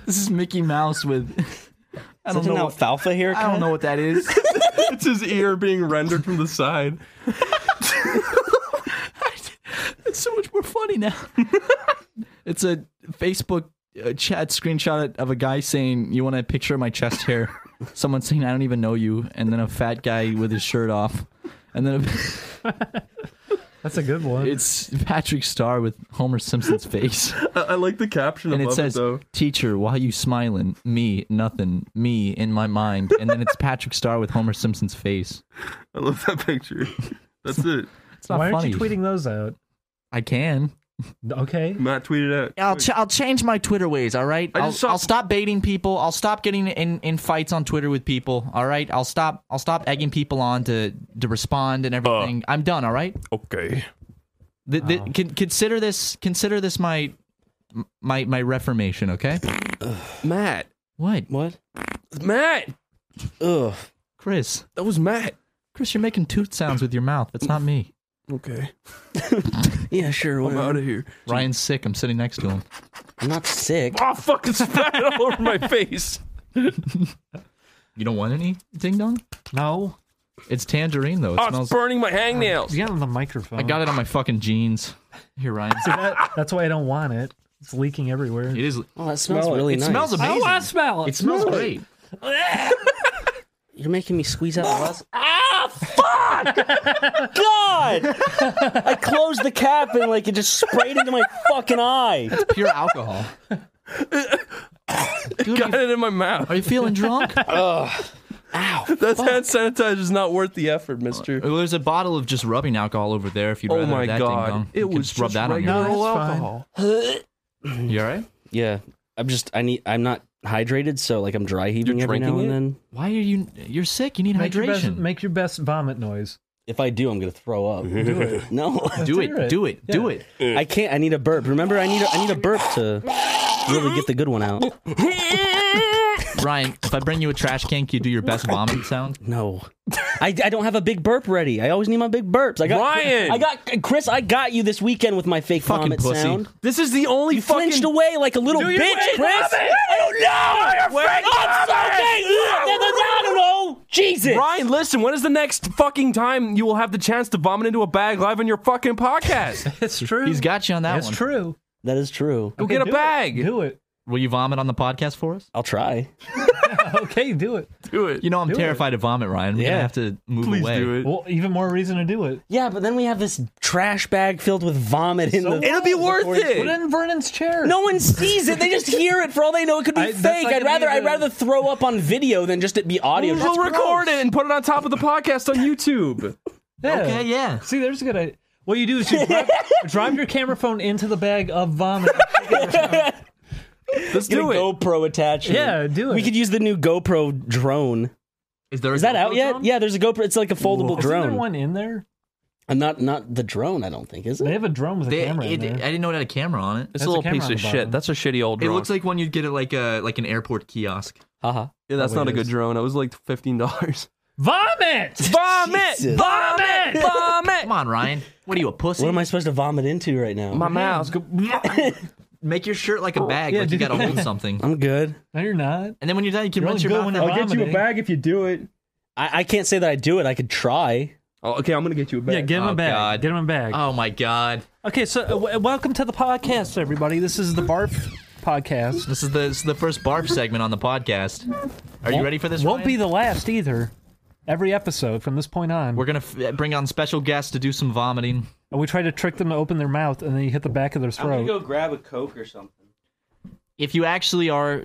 Speaker 2: this is Mickey Mouse with. I don't know. What,
Speaker 1: alfalfa here.
Speaker 2: I don't know what that is.
Speaker 3: It's his ear being rendered from the side.
Speaker 2: It's so much more funny now. (laughs) it's a Facebook uh, chat screenshot of a guy saying, "You want a picture of my chest hair?" (laughs) Someone saying, "I don't even know you," and then a fat guy with his shirt off, and then
Speaker 6: That's a good
Speaker 2: a, (laughs)
Speaker 6: one.
Speaker 2: it's Patrick Starr with Homer Simpson's face,
Speaker 3: (laughs) I, I like the caption
Speaker 2: and it
Speaker 3: above it,
Speaker 2: says,
Speaker 3: though.
Speaker 2: "Teacher, why you smiling? Me, nothing. Me in my mind." And then it's Patrick Starr with Homer Simpson's face.
Speaker 3: I love that picture. (laughs) That's it.
Speaker 2: It's not
Speaker 6: Why aren't
Speaker 2: funny.
Speaker 6: you tweeting those out?
Speaker 2: I can.
Speaker 6: Okay.
Speaker 3: Matt tweeted out.
Speaker 2: I'll ch- I'll change my Twitter ways. All right.
Speaker 3: I
Speaker 2: I'll,
Speaker 3: just saw-
Speaker 2: I'll stop baiting people. I'll stop getting in, in fights on Twitter with people. All right. I'll stop. I'll stop egging people on to to respond and everything. I'm done. All right.
Speaker 3: Uh. Okay.
Speaker 2: Th- th- con- consider this. Consider this my m- my my
Speaker 1: (sighs)
Speaker 2: reformation. Okay.
Speaker 3: Matt.
Speaker 2: What,
Speaker 1: What?
Speaker 3: Matt.
Speaker 1: Ugh.
Speaker 2: Chris?
Speaker 3: That was Matt.
Speaker 2: Chris, you're making toot sounds with your mouth. That's not me.
Speaker 3: Okay.
Speaker 1: Yeah, sure.
Speaker 2: Oh,
Speaker 3: I'm out of here.
Speaker 2: Ryan's sick. I'm sitting next to him.
Speaker 1: I'm not sick.
Speaker 3: Oh, fucking spat all over my face.
Speaker 2: You don't want any ding dong?
Speaker 6: No.
Speaker 2: It's tangerine though. It
Speaker 3: Oh,
Speaker 2: smells.
Speaker 3: it's burning my hangnails.
Speaker 6: You got it on the microphone.
Speaker 2: I got it on my fucking jeans. (laughs) Here, Ryan.
Speaker 6: That- that's why I don't want it. It's leaking everywhere.
Speaker 2: It is.
Speaker 1: Oh, that smells
Speaker 2: It
Speaker 1: really nice.
Speaker 2: smells amazing.
Speaker 6: smell
Speaker 2: It smells great.
Speaker 1: You're making me squeeze out the last. Ah, fuck! God! I closed the cap and like it just sprayed into my fucking eye.
Speaker 2: pure alcohol. Dude,
Speaker 3: Got
Speaker 2: you-
Speaker 3: it in my mouth.
Speaker 2: are you feeling drunk?
Speaker 3: That hand sanitizer is not worth the effort, mister.
Speaker 2: Well, There's a bottle of just rubbing alcohol over there. If you'd
Speaker 3: Oh
Speaker 2: rather
Speaker 3: my
Speaker 2: have that
Speaker 3: god.
Speaker 2: ding
Speaker 3: It
Speaker 2: dong, you
Speaker 3: was
Speaker 2: just rub
Speaker 3: just
Speaker 2: that on
Speaker 3: regular
Speaker 2: your.
Speaker 6: No, it's fine.
Speaker 3: alcohol.
Speaker 2: You all right?
Speaker 1: Yeah, I'm just. I need. I'm not hydrated, so like I'm dry heaving
Speaker 3: You're
Speaker 1: every now
Speaker 3: drinking
Speaker 1: and then.
Speaker 2: Why are you? You're sick. You need
Speaker 6: Make your, best,
Speaker 2: hydration.
Speaker 6: make your best vomit noise.
Speaker 1: If I do, I'm gonna throw up. Do it. No,
Speaker 2: do
Speaker 6: do
Speaker 2: it.
Speaker 6: it.
Speaker 2: Do it. Do it.
Speaker 1: I can't. I need a burp. Remember, I need. A, I need a burp to really get the good one out.
Speaker 2: Ryan, if I bring you a trash can, can you do your best vomit sound?
Speaker 1: No, I, I don't have a big burp ready. I always need my big burps. I got
Speaker 3: Ryan!
Speaker 1: I got Chris. I got you this weekend with my fake
Speaker 2: Fucking
Speaker 1: vomit
Speaker 2: pussy.
Speaker 1: sound.
Speaker 3: This is the only
Speaker 1: You
Speaker 3: fucking.
Speaker 1: flinched away like a little
Speaker 3: you
Speaker 1: bitch,
Speaker 3: wait,
Speaker 1: Chris.
Speaker 3: Robin!
Speaker 1: I don't know.
Speaker 3: I'm afraid
Speaker 1: I'm
Speaker 3: Robin!
Speaker 1: sorry. I don't know. Jesus.
Speaker 3: Ryan, listen, when is the next fucking time you will have the chance to vomit into a bag live on your fucking (laughs) podcast?
Speaker 6: It's true.
Speaker 2: He's got you on that
Speaker 6: It's
Speaker 2: one.
Speaker 6: true.
Speaker 1: That is true.
Speaker 3: Go get a
Speaker 6: do it.
Speaker 3: bag.
Speaker 6: Do it.
Speaker 2: Will you vomit on the podcast for us?
Speaker 1: I'll try.
Speaker 6: Okay, do it.
Speaker 3: Do it.
Speaker 2: You know I'm
Speaker 6: Do it.
Speaker 2: terrified of vomit, Ryan. We're
Speaker 1: Yeah.
Speaker 2: gonna have to move
Speaker 3: Please
Speaker 2: away.
Speaker 3: do it.
Speaker 6: Well, even more reason to do it.
Speaker 1: Yeah, but then we have this trash bag filled with vomit in
Speaker 6: So
Speaker 1: the.
Speaker 3: It'll be worth
Speaker 6: Put it
Speaker 3: it.
Speaker 6: in Vernon's
Speaker 1: (laughs)
Speaker 6: chair.
Speaker 1: No one sees it. They just hear it. For all they know, it could be
Speaker 6: I- that's
Speaker 1: fake.
Speaker 6: not
Speaker 1: I'd
Speaker 6: gonna
Speaker 1: rather
Speaker 6: be
Speaker 1: I'd
Speaker 6: the-
Speaker 1: rather throw up on video than just it be audio.
Speaker 3: We'll record it and put it on top of the podcast on (laughs) YouTube.
Speaker 6: Yeah.
Speaker 2: Okay, yeah.
Speaker 6: See, there's a good idea. What you do is
Speaker 2: (laughs)
Speaker 6: you drive, drive your camera phone into the bag of vomit.
Speaker 3: Let's
Speaker 1: Get a
Speaker 3: do it.
Speaker 1: GoPro attachment.
Speaker 6: Yeah, do it.
Speaker 1: We could use the new GoPro drone.
Speaker 2: Is there?
Speaker 1: Is that out yet? Yeah, there's a GoPro. It's like a foldable
Speaker 6: Isn't there
Speaker 1: drone.
Speaker 6: one in there?
Speaker 1: And not not the drone. I don't think is
Speaker 6: They
Speaker 1: it.
Speaker 6: have a drone with a
Speaker 2: They-
Speaker 6: camera
Speaker 2: it-
Speaker 6: in there.
Speaker 2: I didn't know it had a camera on it.
Speaker 3: It's
Speaker 6: That's
Speaker 3: a
Speaker 6: a
Speaker 3: little
Speaker 6: camera
Speaker 3: piece
Speaker 6: on
Speaker 3: of
Speaker 6: the
Speaker 3: shit.
Speaker 6: bottom.
Speaker 3: That's a shitty old
Speaker 2: It
Speaker 3: drone.
Speaker 2: looks like one you'd get at like a like an airport kiosk.
Speaker 1: Haha.
Speaker 3: yeah, that's
Speaker 6: Oh,
Speaker 3: not
Speaker 6: it
Speaker 3: a good
Speaker 6: is.
Speaker 3: drone. That was like fifteen dollars.
Speaker 2: (laughs)
Speaker 6: Vomit!
Speaker 3: Vomit!
Speaker 1: Jesus.
Speaker 3: Vomit! Vomit!
Speaker 2: Come on, Ryan. What are you a pussy?
Speaker 1: What am I supposed to vomit into right now?
Speaker 3: (laughs) My mouth.
Speaker 2: (laughs) Make your shirt like a bag, like you
Speaker 6: dude.
Speaker 2: gotta hold something.
Speaker 1: I'm good.
Speaker 6: No, you're not.
Speaker 2: And then when you're done, you can
Speaker 6: You're
Speaker 2: rinse
Speaker 6: only
Speaker 2: your
Speaker 6: good
Speaker 2: mouth.
Speaker 6: when
Speaker 2: out.
Speaker 6: you're vomiting.
Speaker 3: if you do it.
Speaker 1: I, I can't say that I do it. I could try.
Speaker 3: Oh, okay, I'm gonna get you a bag.
Speaker 6: Yeah, get him
Speaker 2: Oh,
Speaker 6: a bag.
Speaker 2: God.
Speaker 6: Get him a bag.
Speaker 2: Oh my god!
Speaker 6: Okay, so uh, w- welcome to the podcast, everybody. This is the Barf podcast.
Speaker 2: This is the this is the first barf segment on the podcast. Are you ready for this?
Speaker 6: Won't be
Speaker 2: Ryan?
Speaker 6: the last either. Every episode from this point on.
Speaker 2: eh, We're gonna f- bring on special guests to do some vomiting.
Speaker 6: Uh, We tried to trick them to open their mouth, and then you hit the back of their
Speaker 7: I'm gonna go
Speaker 6: throat.
Speaker 7: grab a coke or something.
Speaker 2: If you actually are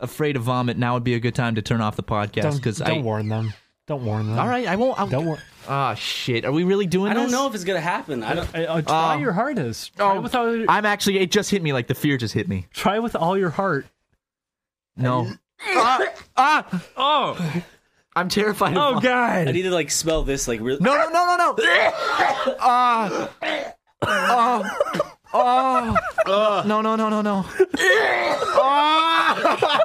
Speaker 2: afraid of vomit, now would be a good time to turn off the podcast
Speaker 6: don't
Speaker 2: because
Speaker 6: don't
Speaker 2: I.
Speaker 6: warn them. Don't warn them.
Speaker 2: All right, I won't. I'll,
Speaker 6: Don't worry.
Speaker 2: Ah, shit. Are we really doing
Speaker 7: I don't
Speaker 2: this?
Speaker 7: know if it's gonna happen. I don't.
Speaker 6: Uh, uh,
Speaker 2: Oh.
Speaker 6: try
Speaker 3: Um,
Speaker 6: your hardest. Try,
Speaker 2: Oh,
Speaker 6: with all your,
Speaker 2: I'm actually. It just hit me like the fear just hit me.
Speaker 6: try with all your heart.
Speaker 2: No. ah, ah,
Speaker 6: (laughs)
Speaker 3: Oh,
Speaker 2: I'm terrified. Of
Speaker 3: oh
Speaker 2: vomit.
Speaker 3: God!
Speaker 7: I need to like smell this like really.
Speaker 2: No, no, no, no, no. Ah. Ah. Ah. No, no, no, no, no. Ah.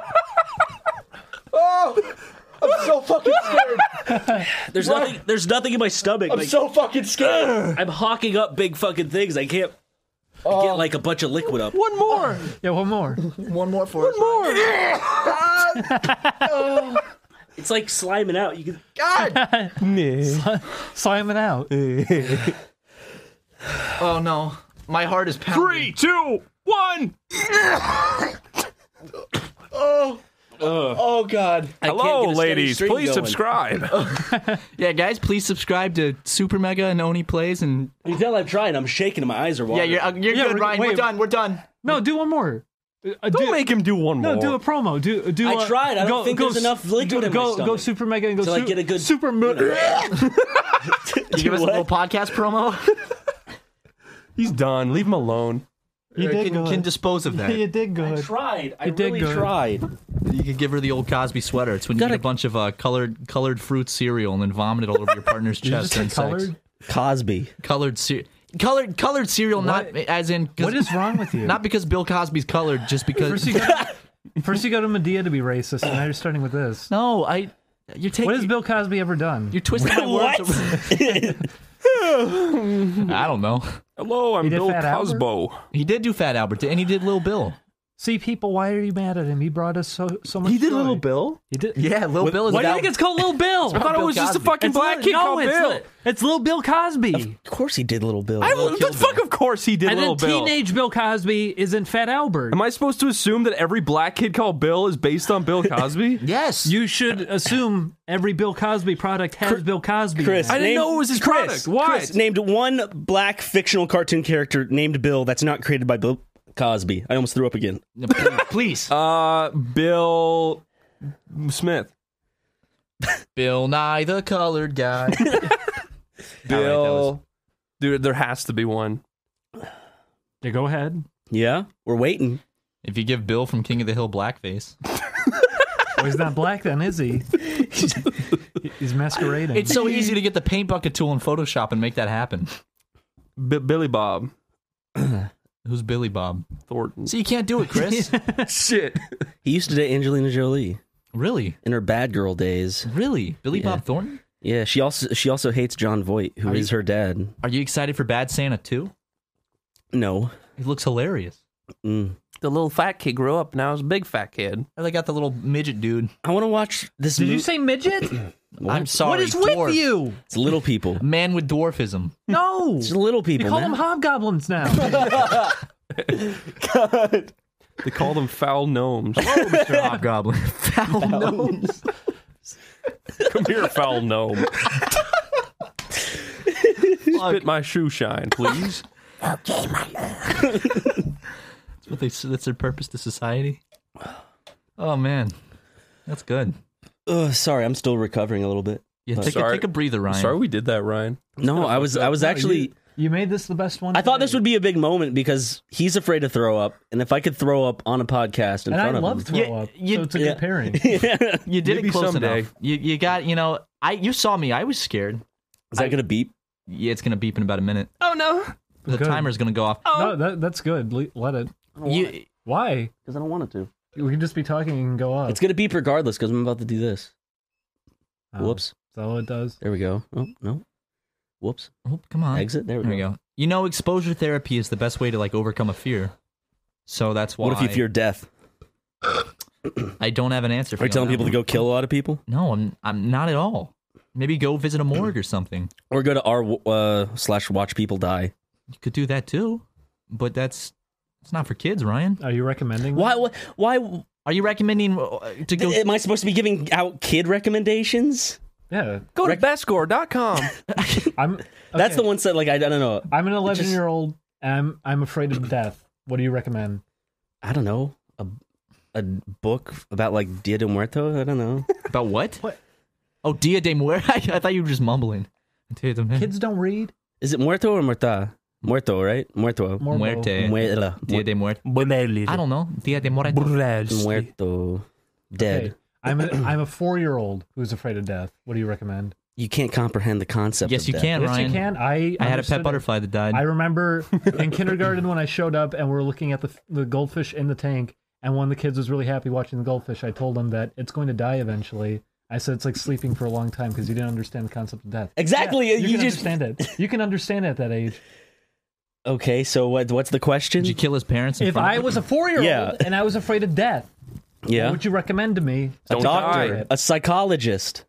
Speaker 2: Oh. I'm so fucking scared.
Speaker 7: There's nothing. There's nothing in my stomach. like,
Speaker 2: fucking scared.
Speaker 7: (clears throat) I'm hawking up big fucking things. I can't. I
Speaker 1: Um,
Speaker 7: get like a bunch of liquid up.
Speaker 2: One more.
Speaker 6: Yeah, one
Speaker 3: (laughs)
Speaker 6: more.
Speaker 2: One more for One more.
Speaker 7: It's like sliming out. You can.
Speaker 2: God.
Speaker 6: Simon out.
Speaker 2: Oh no. My heart is pounding.
Speaker 3: (laughs) Three, two, one.
Speaker 2: Oh god.
Speaker 7: I can't get a
Speaker 3: Hello,
Speaker 7: steady
Speaker 3: ladies.
Speaker 7: stream
Speaker 3: Please
Speaker 7: going.
Speaker 3: subscribe.
Speaker 2: Yeah, guys, please subscribe to Super Mega and Oni Plays and
Speaker 7: You can tell I'm trying. I'm shaking. My eyes are
Speaker 2: Yeah,
Speaker 7: watering.
Speaker 2: you're
Speaker 7: (laughs)
Speaker 2: uh, you're
Speaker 6: Yeah,
Speaker 2: good,
Speaker 6: we're-
Speaker 2: Ryan. We're
Speaker 6: wait.
Speaker 2: done. We're done.
Speaker 6: No, do one more. Uh, uh,
Speaker 3: Don't
Speaker 6: do-
Speaker 3: make him do one more.
Speaker 6: No, do a promo. Do do.
Speaker 7: I
Speaker 6: uh,
Speaker 7: tried. I don't
Speaker 6: go-
Speaker 7: think
Speaker 6: go
Speaker 7: there's
Speaker 6: s-
Speaker 7: enough liquid
Speaker 6: go,
Speaker 7: in my
Speaker 6: go, Go
Speaker 7: stomach
Speaker 6: super mega and go.
Speaker 7: to, like,
Speaker 6: su-
Speaker 7: get a good-
Speaker 6: super. mo-
Speaker 2: You give us a
Speaker 7: what?
Speaker 2: little podcast promo.
Speaker 3: He's done. Leave him alone.
Speaker 6: You
Speaker 2: Uh,
Speaker 6: did
Speaker 2: can,
Speaker 6: good.
Speaker 2: can dispose of that.
Speaker 6: you did
Speaker 7: I
Speaker 6: good.
Speaker 7: tried. I
Speaker 6: You did
Speaker 7: really
Speaker 6: good.
Speaker 7: tried.
Speaker 2: You could give her the old Cosby sweater. It's when you,
Speaker 1: Gotta-
Speaker 2: get a bunch of uh, colored colored fruit cereal and then vomit it all over your partner's
Speaker 6: (laughs) Did you
Speaker 2: chest
Speaker 6: just say
Speaker 2: and sex.
Speaker 6: colored?
Speaker 1: Cosby.
Speaker 2: Colored cereal. Colored colored cereal, not as in 'cause-
Speaker 6: What is wrong with
Speaker 2: (laughs)
Speaker 6: you?
Speaker 2: not because Bill Cosby's colored, just
Speaker 6: First
Speaker 2: because.
Speaker 6: you, go to, first you go to Medea to be racist, and now you're starting
Speaker 3: (laughs)
Speaker 6: with this.
Speaker 2: (laughs) No, I. You're taking.
Speaker 6: What has Bill Cosby ever done?
Speaker 2: You're twisting my
Speaker 7: What?
Speaker 2: words. (laughs) around. I don't know.
Speaker 3: Hello, I'm
Speaker 6: He did
Speaker 3: Bill
Speaker 6: Fat Albert?
Speaker 3: Cosbo.
Speaker 2: He did do Fat Albert, and he did Little Bill.
Speaker 6: See, people, why are you mad at him? He brought us so so much. joy.
Speaker 3: Bill.
Speaker 6: He did.
Speaker 2: Yeah, Little Bill is.
Speaker 6: Why do you think it's called Little
Speaker 3: (laughs)
Speaker 6: Bill?
Speaker 3: I thought
Speaker 2: Bill
Speaker 3: it was just a
Speaker 2: Cosby.
Speaker 3: fucking
Speaker 6: It's
Speaker 3: black
Speaker 6: Lil-
Speaker 3: kid
Speaker 6: no,
Speaker 3: called
Speaker 6: it's
Speaker 3: Bill.
Speaker 6: Lil- it's Little Bill Cosby.
Speaker 1: Of course he did, Little Bill.
Speaker 3: I,
Speaker 2: Lil
Speaker 3: the
Speaker 2: Kill
Speaker 3: fuck,
Speaker 2: Bill.
Speaker 3: of course he did
Speaker 6: And
Speaker 3: Little
Speaker 6: then
Speaker 3: Bill.
Speaker 6: teenage Bill Cosby is in Fat Albert.
Speaker 3: Am I supposed to assume that every black kid called Bill is based on Bill Cosby?
Speaker 2: Yes.
Speaker 6: You should assume every Bill Cosby product has Bill Cosby. in
Speaker 1: Chris,
Speaker 6: it.
Speaker 3: I didn't
Speaker 1: named-
Speaker 3: know it was his
Speaker 1: Chris,
Speaker 3: product. Why?
Speaker 1: Chris named one black fictional cartoon character named Bill that's not created by Bill Cosby. I almost threw up again.
Speaker 2: No, please. please.
Speaker 3: Uh, Bill Smith.
Speaker 2: Bill Nye the colored (laughs) guy.
Speaker 3: Bill.
Speaker 2: was-
Speaker 3: Dude, there has to be one.
Speaker 6: Yeah, go ahead.
Speaker 1: Yeah, we're waiting.
Speaker 2: if you give Bill from King of the Hill blackface.
Speaker 6: Well, he's not black then, is he? he's masquerading.
Speaker 2: It's so easy to get the paint bucket tool in Photoshop and make that happen.
Speaker 3: B- Billy Bob
Speaker 2: Who's Billy Bob?
Speaker 3: Thornton.
Speaker 2: So you can't do it, (laughs) Chris.
Speaker 3: Shit.
Speaker 1: He used to date Angelina Jolie
Speaker 2: really?
Speaker 1: in her bad girl days.
Speaker 2: Really? Billy
Speaker 1: Yeah.
Speaker 2: Bob Thornton?
Speaker 1: Yeah, she also she also hates John Voight, who is
Speaker 2: Are you-
Speaker 1: her dad.
Speaker 2: Are you excited for Bad Santa too?
Speaker 1: No.
Speaker 2: He looks hilarious.
Speaker 1: Mm.
Speaker 3: The little fat kid grew up. Now he's a big fat kid.
Speaker 2: Oh, They got the little midget dude.
Speaker 1: I want to watch this
Speaker 6: Did you
Speaker 1: movie.
Speaker 6: say midget?
Speaker 2: I'm sorry.
Speaker 6: what is with
Speaker 2: dwarf.
Speaker 6: you?
Speaker 1: it's little (laughs) people.
Speaker 2: Man with (laughs) dwarfism.
Speaker 6: No.
Speaker 1: It's little
Speaker 6: You
Speaker 1: people.
Speaker 6: call
Speaker 1: man.
Speaker 6: them hobgoblins now.
Speaker 3: They call them foul gnomes.
Speaker 2: Hobgoblin. (laughs) Foul gnomes.
Speaker 3: Come here, foul gnome. Spit my shoe shine, please.
Speaker 2: That's what they. s- That's their purpose to society. Oh man, that's good.
Speaker 1: Ugh, sorry, I'm still recovering a little bit.
Speaker 2: Yeah, take, a,
Speaker 3: Sorry.
Speaker 2: take a breather, Ryan.
Speaker 3: Sorry we did that, Ryan.
Speaker 1: No, I was I was actually
Speaker 6: you made this the best one.
Speaker 1: I thought this
Speaker 6: today.
Speaker 1: would be a big moment because he's afraid to throw up, and if I could throw up on a podcast in
Speaker 6: And I
Speaker 1: front
Speaker 6: love
Speaker 1: of
Speaker 6: throw
Speaker 2: Yeah,
Speaker 6: up.
Speaker 2: you-
Speaker 6: so it's a
Speaker 1: yeah.
Speaker 6: good
Speaker 1: (laughs)
Speaker 6: pairing.
Speaker 1: him, is
Speaker 2: You did
Speaker 3: Maybe
Speaker 2: it close
Speaker 3: someday.
Speaker 2: enough. You you got you know I you saw me. I was scared.
Speaker 1: that gonna beep?
Speaker 2: Yeah, it's gonna beep in about a minute.
Speaker 3: Oh no. Oh.
Speaker 2: The
Speaker 6: Good.
Speaker 2: timer's gonna go off.
Speaker 6: No, that, that's good. Le- Let it.
Speaker 2: You,
Speaker 6: Why?
Speaker 1: Because I don't want it to.
Speaker 6: We can just be talking and go up.
Speaker 1: It's gonna beep regardless because I'm about to do this.
Speaker 6: Oh,
Speaker 1: Whoops.
Speaker 6: So it does.
Speaker 1: There we go. Oh no. Whoops.
Speaker 2: oh, come on.
Speaker 1: Exit. There we
Speaker 2: There we
Speaker 1: go.
Speaker 2: go. You know, exposure therapy is the best way to like overcome a fear. So that's why
Speaker 1: What if you fear death?
Speaker 2: I don't have an answer. for
Speaker 1: Are
Speaker 2: you
Speaker 1: you
Speaker 2: on
Speaker 1: telling
Speaker 2: that
Speaker 1: people to
Speaker 2: one.
Speaker 1: go kill a lot of people,
Speaker 2: No, I'm I'm not at all. Maybe go visit a morgue or something.
Speaker 1: or go to r uh, slash watch people die?
Speaker 2: You could do that too, but that's it's not for kids, Ryan.
Speaker 6: Are you recommending?
Speaker 1: Why?
Speaker 6: that?
Speaker 1: wh- Why?
Speaker 2: Are you recommending uh, to go?
Speaker 1: Am I supposed to be giving out kid recommendations?
Speaker 6: Yeah,
Speaker 3: Go to bestscore.com.
Speaker 6: I'm.
Speaker 1: That's
Speaker 6: okay.
Speaker 1: the one that like I, I don't know.
Speaker 6: I'm an 11 year old, and I'm I'm
Speaker 1: (clears throat)
Speaker 6: afraid of death. What do you recommend?
Speaker 1: I don't know a a book about like Dia de Muertos. I don't (laughs) know.
Speaker 2: (laughs) About what?
Speaker 6: What?
Speaker 2: Oh, Dia de Muertos. (laughs) I, I thought you were just mumbling. Dia de Muertos.
Speaker 6: Kids don't read.
Speaker 1: Is it Muerto or Muerta? Muerto, right? Muerto.
Speaker 6: Morbo.
Speaker 2: Muerte.
Speaker 1: Muela.
Speaker 2: Dia de Muertos. I don't know. Dia de Muertos.
Speaker 3: Brutally.
Speaker 1: Muerto. Dead.
Speaker 6: Okay. I'm a, I'm a four year old who's afraid of death. What do you recommend?
Speaker 1: You can't comprehend the concept.
Speaker 2: Yes,
Speaker 1: of
Speaker 2: you
Speaker 1: death.
Speaker 2: can,
Speaker 6: yes,
Speaker 2: Ryan.
Speaker 6: you can. I
Speaker 2: I had a
Speaker 6: understood
Speaker 2: pet
Speaker 6: it.
Speaker 2: butterfly that died.
Speaker 6: I remember in kindergarten when I showed up and we were looking at the the goldfish in the tank, and one of the kids was really happy watching the goldfish. I told him that it's going to die eventually. I said it's like sleeping for a long time because you didn't understand the concept of death.
Speaker 1: Exactly.
Speaker 6: Yeah,
Speaker 1: you
Speaker 6: you, can
Speaker 1: just
Speaker 6: understand it. You can understand it at that age.
Speaker 1: okay. So what? What's the question?
Speaker 2: Did you kill his parents? In
Speaker 6: If
Speaker 2: front of
Speaker 6: I was a four year
Speaker 1: Yeah.
Speaker 6: old and I was afraid of death, what
Speaker 1: yeah,
Speaker 6: would you recommend to me?
Speaker 1: a
Speaker 3: Don't
Speaker 1: doctor, Uh,
Speaker 3: die.
Speaker 1: a psychologist,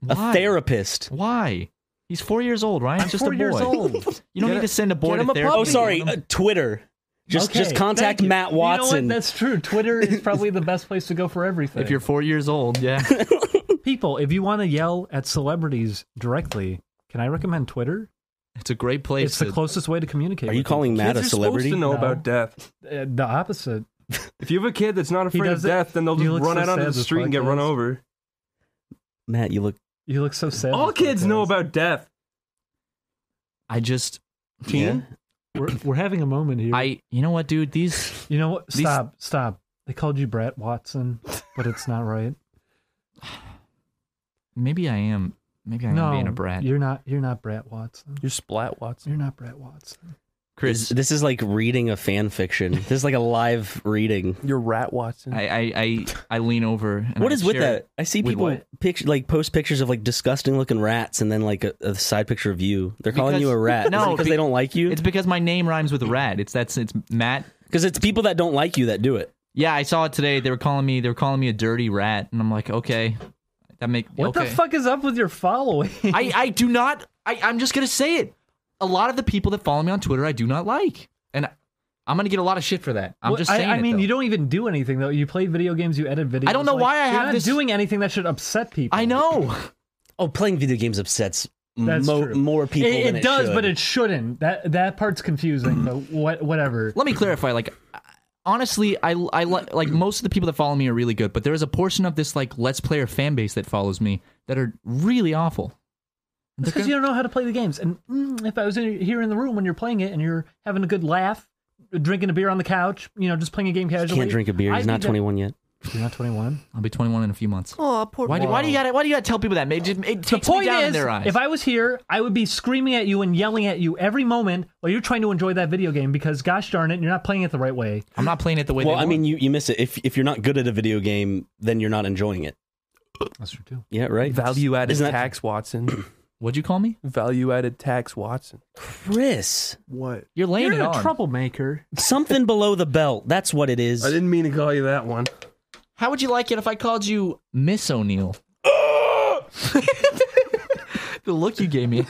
Speaker 2: Why?
Speaker 1: a therapist.
Speaker 2: Why? He's four years old, Ryan.
Speaker 6: I'm
Speaker 2: just
Speaker 6: four
Speaker 2: a boy.
Speaker 6: years old.
Speaker 2: (laughs) You don't
Speaker 3: Get
Speaker 2: need
Speaker 3: a-
Speaker 2: to send a boy
Speaker 3: get
Speaker 2: to
Speaker 3: him a
Speaker 2: therapy.
Speaker 1: Oh,
Speaker 3: puppy.
Speaker 1: sorry,
Speaker 2: Get
Speaker 1: uh,
Speaker 2: him-
Speaker 1: Twitter. Just
Speaker 6: Okay,
Speaker 1: just contact
Speaker 6: thank you.
Speaker 1: Matt
Speaker 6: You know what?
Speaker 1: Watson.
Speaker 6: That's true. Twitter
Speaker 1: (laughs)
Speaker 6: is probably the best place to go for everything.
Speaker 2: If you're four years old, yeah. (laughs)
Speaker 6: people, if you want to yell at celebrities directly, can I recommend Twitter?
Speaker 2: it's a great place.
Speaker 6: It's
Speaker 2: to,
Speaker 6: the closest way to communicate.
Speaker 1: Are you
Speaker 6: with
Speaker 1: calling Matt
Speaker 3: Kids
Speaker 1: a
Speaker 3: are supposed
Speaker 1: celebrity?
Speaker 3: to know
Speaker 6: No.
Speaker 3: about death.
Speaker 6: people. Uh, the opposite?
Speaker 3: If you have a kid that's not afraid of
Speaker 6: doesn't-
Speaker 3: death, then they'll
Speaker 6: he
Speaker 3: just
Speaker 6: looks
Speaker 3: run
Speaker 6: so
Speaker 3: out onto
Speaker 6: sad
Speaker 3: the
Speaker 6: this
Speaker 3: street and get run
Speaker 6: podcast.
Speaker 3: over.
Speaker 1: Matt, you look.
Speaker 6: You look so sad.
Speaker 3: All
Speaker 6: this
Speaker 3: kids
Speaker 6: podcast.
Speaker 3: know about death.
Speaker 2: I just,
Speaker 1: Teen?
Speaker 6: We're, we're having a moment here.
Speaker 2: I, you know what, dude? These,
Speaker 6: you know what?
Speaker 2: These-
Speaker 6: Stop. Stop. They called you Brett Watson, but it's not
Speaker 2: (laughs)
Speaker 6: right.
Speaker 2: maybe I am, maybe I
Speaker 6: no,
Speaker 2: am being a brat.
Speaker 6: You're not. You're not Brett Watson.
Speaker 3: You're splat, Watson.
Speaker 6: You're not Brett Watson.
Speaker 2: Chris, (laughs)
Speaker 1: This is like reading a fan fiction. This is like a live reading.
Speaker 3: You're rat, Watson.
Speaker 2: I, I, I, I lean over. And
Speaker 1: what
Speaker 2: I
Speaker 1: is with
Speaker 2: share
Speaker 1: that?
Speaker 2: it.
Speaker 1: I see
Speaker 2: With
Speaker 1: people
Speaker 2: what?
Speaker 1: picture like post pictures of like disgusting looking rats, and then like a, a side picture of you. They're calling you
Speaker 2: Because-
Speaker 1: a rat.
Speaker 2: No,
Speaker 1: No, because
Speaker 2: be-
Speaker 1: they don't like you.
Speaker 2: It's because my name rhymes with rat. It's that's it's Matt.
Speaker 1: Because it's people that don't like you that do it.
Speaker 2: Yeah, I saw it today. They were calling me. They were calling me a dirty rat, and I'm like, okay, that make
Speaker 6: What
Speaker 2: okay.
Speaker 6: the fuck is up with your following?
Speaker 2: I, I do not. I, I'm just gonna say it. A lot of the people that follow me on Twitter, I do not like, and I'm gonna get a lot of shit for that. I'm
Speaker 6: (laughs) Well,
Speaker 2: just
Speaker 6: I-
Speaker 2: saying.
Speaker 6: I,
Speaker 2: it,
Speaker 6: mean,
Speaker 2: though.
Speaker 6: you don't even do anything though. You play video games. You edit videos.
Speaker 2: I don't know
Speaker 6: Like,
Speaker 2: why I
Speaker 6: you're
Speaker 2: have
Speaker 6: not
Speaker 2: this-
Speaker 6: doing anything that should upset people.
Speaker 2: I know.
Speaker 1: Oh, playing video games upsets
Speaker 6: That's
Speaker 1: mo-
Speaker 6: true.
Speaker 1: more people.
Speaker 6: It,
Speaker 1: than
Speaker 6: it does,
Speaker 1: should.
Speaker 6: but it shouldn't. That that part's confusing. but what, whatever.
Speaker 2: Let me clarify. Like, honestly, I I li- like most of the people that follow me are really good, but there is a portion of this like Let's Player fan base that follows me that are really awful.
Speaker 6: It's because you don't know how to play the games. And mm, if I was in, here in the room when you're playing it and you're having a good laugh, drinking a beer on the couch, you know, just playing a game casually.
Speaker 1: Can't drink a beer.
Speaker 6: I'd
Speaker 1: He's
Speaker 6: be
Speaker 1: not
Speaker 6: the-
Speaker 1: 21 yet.
Speaker 6: You're not 21.
Speaker 2: I'll be 21 in a few months.
Speaker 3: oh, poor
Speaker 2: Why do, why do you gotta why do you gotta tell people that? It, just, it
Speaker 6: The
Speaker 2: takes me
Speaker 6: point
Speaker 2: down
Speaker 6: is,
Speaker 2: in their eyes.
Speaker 6: if I was here, I would be screaming at you and yelling at you every moment while you're trying to enjoy that video game because, gosh darn it, you're not playing it the right way.
Speaker 2: I'm not playing it the way.
Speaker 1: Well,
Speaker 2: they
Speaker 1: I
Speaker 2: want.
Speaker 1: mean, you, you miss it. If if you're not good at a video game, then you're not enjoying it.
Speaker 6: That's true too.
Speaker 1: Yeah, right.
Speaker 3: Value added
Speaker 1: Isn't that-
Speaker 3: tax, Watson.
Speaker 2: what'd you call me?
Speaker 3: Value added tax, Watson.
Speaker 1: Chris,
Speaker 3: What?
Speaker 2: You're laying
Speaker 6: You're
Speaker 2: it
Speaker 6: a
Speaker 2: on.
Speaker 6: troublemaker.
Speaker 1: something below the belt. That's what it is.
Speaker 3: I didn't mean to call you that one.
Speaker 2: How would you like it if I called you Miss O'Neill? (laughs) the look you gave me.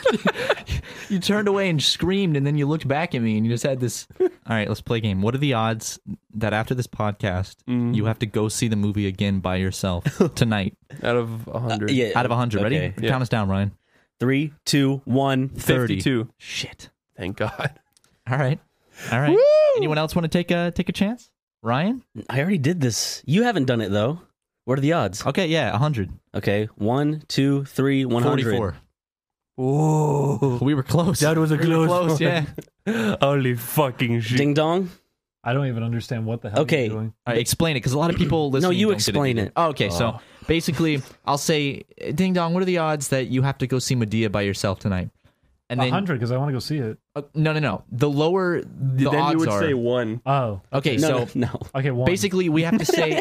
Speaker 2: (laughs) you turned away and screamed, and then you looked back at me, and you just had this. All right, let's play a game. What are the odds that after this podcast,
Speaker 1: Mm-hmm.
Speaker 2: you have to go see the movie again
Speaker 1: (laughs)
Speaker 2: by yourself tonight?
Speaker 3: Out of a hundred.
Speaker 1: Yeah.
Speaker 2: Out of 100.
Speaker 1: Okay.
Speaker 2: Ready? Count us down, Ryan.
Speaker 1: Three, two, one.
Speaker 2: 30.
Speaker 3: 52.
Speaker 2: Shit.
Speaker 3: Thank God.
Speaker 2: All right. All right. Anyone else want to take a take a chance? Ryan?
Speaker 1: I already did this. You haven't done it though. What are the odds?
Speaker 2: Okay, yeah, 100.
Speaker 1: Okay, one, two, three, one hundred.
Speaker 2: 44.
Speaker 3: Whoa.
Speaker 2: We were close.
Speaker 3: That was a
Speaker 2: we were
Speaker 3: close
Speaker 2: close
Speaker 3: one.
Speaker 2: yeah.
Speaker 3: Holy fucking shit.
Speaker 1: Ding dong.
Speaker 6: I don't even understand what the hell
Speaker 1: Okay.
Speaker 6: you're doing.
Speaker 2: All right, explain it because
Speaker 1: (clears throat)
Speaker 2: a lot of people listen.
Speaker 1: you explain it.
Speaker 2: Oh,
Speaker 1: Oh.
Speaker 2: okay, so basically, I'll say, "Ding dong, what are the odds that you have to go see Medea by yourself tonight?" And then,
Speaker 6: 100 because I want to go see it.
Speaker 2: uh, no, no, no. The lower the
Speaker 3: then
Speaker 2: odds
Speaker 3: you would
Speaker 2: are.
Speaker 3: say one.
Speaker 6: Oh,
Speaker 2: okay,
Speaker 1: No,
Speaker 2: so
Speaker 1: no, no. (laughs)
Speaker 6: okay. One.
Speaker 2: basically, we have to
Speaker 3: (laughs)
Speaker 2: say.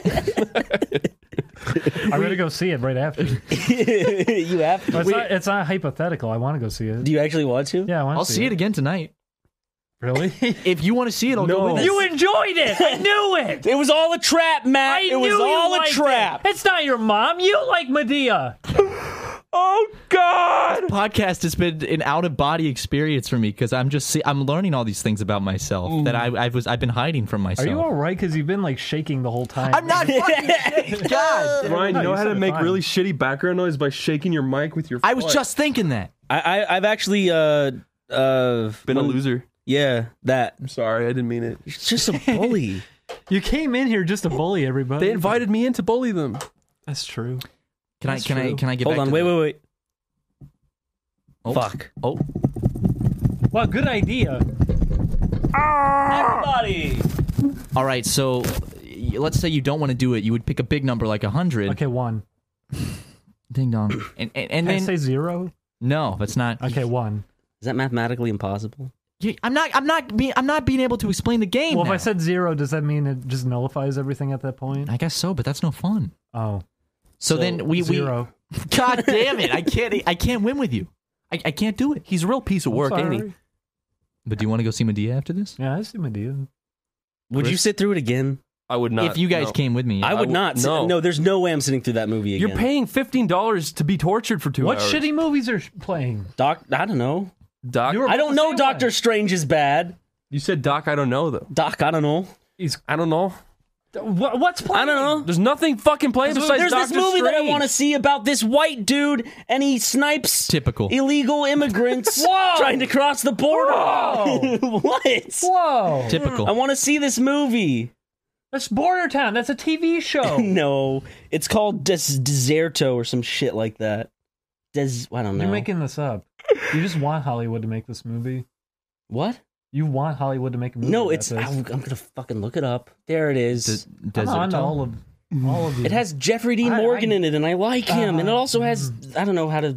Speaker 6: I'm gonna go see it
Speaker 1: (laughs)
Speaker 6: right after.
Speaker 1: you have.
Speaker 6: But it's, not, it's not hypothetical. I want to go see it.
Speaker 1: Do you actually want to?
Speaker 6: Yeah, I want to
Speaker 2: I'll see it again tonight.
Speaker 6: Really?
Speaker 1: (laughs)
Speaker 2: If you want to see it, I'll go
Speaker 3: No.
Speaker 2: with
Speaker 3: You
Speaker 6: enjoyed it. I knew
Speaker 1: (laughs)
Speaker 6: it.
Speaker 1: It was all a trap, Matt. it was all a trap.
Speaker 6: It's not your mom. You like Medea.
Speaker 3: Oh
Speaker 2: (laughs)
Speaker 3: God!
Speaker 2: podcast has been an out of body experience for me because I'm just see, I'm learning all these things about myself that I, I was I've been hiding from
Speaker 6: Are
Speaker 2: myself.
Speaker 6: you all right? Because you've been like shaking the whole time.
Speaker 1: (laughs)
Speaker 2: I'm
Speaker 3: (laughs)
Speaker 6: (laughs)
Speaker 2: not fucking shit. God.
Speaker 3: Ryan, you
Speaker 6: No,
Speaker 3: know
Speaker 6: you
Speaker 3: how
Speaker 6: said
Speaker 3: to
Speaker 6: it
Speaker 3: make
Speaker 6: fine.
Speaker 3: really shitty background noise by shaking your mic with your.
Speaker 2: I was
Speaker 3: foot.
Speaker 2: just thinking that.
Speaker 1: I, I I've actually uh uh
Speaker 3: been a
Speaker 1: when-
Speaker 3: loser.
Speaker 1: Yeah, that.
Speaker 3: I'm sorry, I didn't mean it.
Speaker 1: It's just a (laughs) bully.
Speaker 6: You came in here just to bully everybody.
Speaker 3: They invited me in to bully them.
Speaker 6: That's true.
Speaker 2: Can I can I can I get
Speaker 1: Hold
Speaker 2: back
Speaker 1: on,
Speaker 2: to
Speaker 1: wait,
Speaker 2: the-
Speaker 1: wait, wait.
Speaker 2: Oh,
Speaker 1: Fuck.
Speaker 2: Oh,
Speaker 6: Wow, good idea.
Speaker 2: all right. So y- let's say you don't want to do it. You would pick a big number like hundred.
Speaker 6: Okay, one.
Speaker 2: Ding dong. (clears throat) And and, and
Speaker 6: Can I
Speaker 2: then
Speaker 6: say zero?
Speaker 2: no, that's not.
Speaker 6: Okay, one.
Speaker 1: Is that mathematically impossible?
Speaker 2: You- I'm not. I'm not. Being, I'm not being able to explain the game.
Speaker 6: Well, if
Speaker 2: now.
Speaker 6: I said zero, does that mean it just nullifies everything at that point?
Speaker 2: I guess so, but that's no fun.
Speaker 6: Oh,
Speaker 2: So, then we
Speaker 6: zero.
Speaker 2: we. (laughs) God damn it! I can't. e, I can't win with you. I, I can't do it.
Speaker 3: He's a real piece of work, ain't he?
Speaker 6: Sorry.
Speaker 2: But do you want to go see Medea after this?
Speaker 6: Yeah, I see my deal.
Speaker 1: Would you
Speaker 3: Chris?
Speaker 1: sit through it again?
Speaker 3: I would not.
Speaker 2: if you guys
Speaker 3: no.
Speaker 2: came with me,
Speaker 1: I would
Speaker 3: would-
Speaker 1: not. sit-
Speaker 3: no.
Speaker 1: no, there's no way I'm sitting through that movie again.
Speaker 3: You're paying fifteen dollars to be tortured for two
Speaker 6: What
Speaker 3: hours.
Speaker 6: shitty movies are sh- playing?
Speaker 1: Doc. I don't know.
Speaker 3: Doc?
Speaker 6: You were-
Speaker 1: I don't
Speaker 6: the
Speaker 1: know.
Speaker 6: same
Speaker 1: Doctor
Speaker 6: one.
Speaker 1: Strange is bad.
Speaker 3: you said Doc. I don't know though.
Speaker 1: Doc. I don't know.
Speaker 6: He's
Speaker 3: I don't know.
Speaker 6: what, what's playing?
Speaker 1: I don't know.
Speaker 3: There's nothing fucking playing besides
Speaker 1: There's this
Speaker 3: Doctor
Speaker 1: movie that I
Speaker 3: Strange.
Speaker 1: want to see about this white dude, and he snipes
Speaker 2: Typical.
Speaker 1: illegal immigrants trying to cross the border. (laughs) what?
Speaker 6: Whoa,
Speaker 2: Typical.
Speaker 1: I want to see this movie.
Speaker 6: that's Border Town. That's a
Speaker 1: (laughs)
Speaker 6: TV show.
Speaker 1: No, it's called Des- Deserto or some shit like that. Des- I don't know.
Speaker 6: You're making this up. You just want Hollywood to make this movie.
Speaker 1: what?
Speaker 6: You want Hollywood to make a movie.
Speaker 1: No,
Speaker 6: about
Speaker 1: it's.
Speaker 6: this.
Speaker 1: I'm, I'm gonna fucking look it up. There it is.
Speaker 6: I'm on to all of all of you.
Speaker 1: It has Jeffrey D.
Speaker 6: I-
Speaker 1: Morgan
Speaker 6: I-
Speaker 1: in it, and I like him. and it
Speaker 6: Uh,
Speaker 1: also has I don't know how to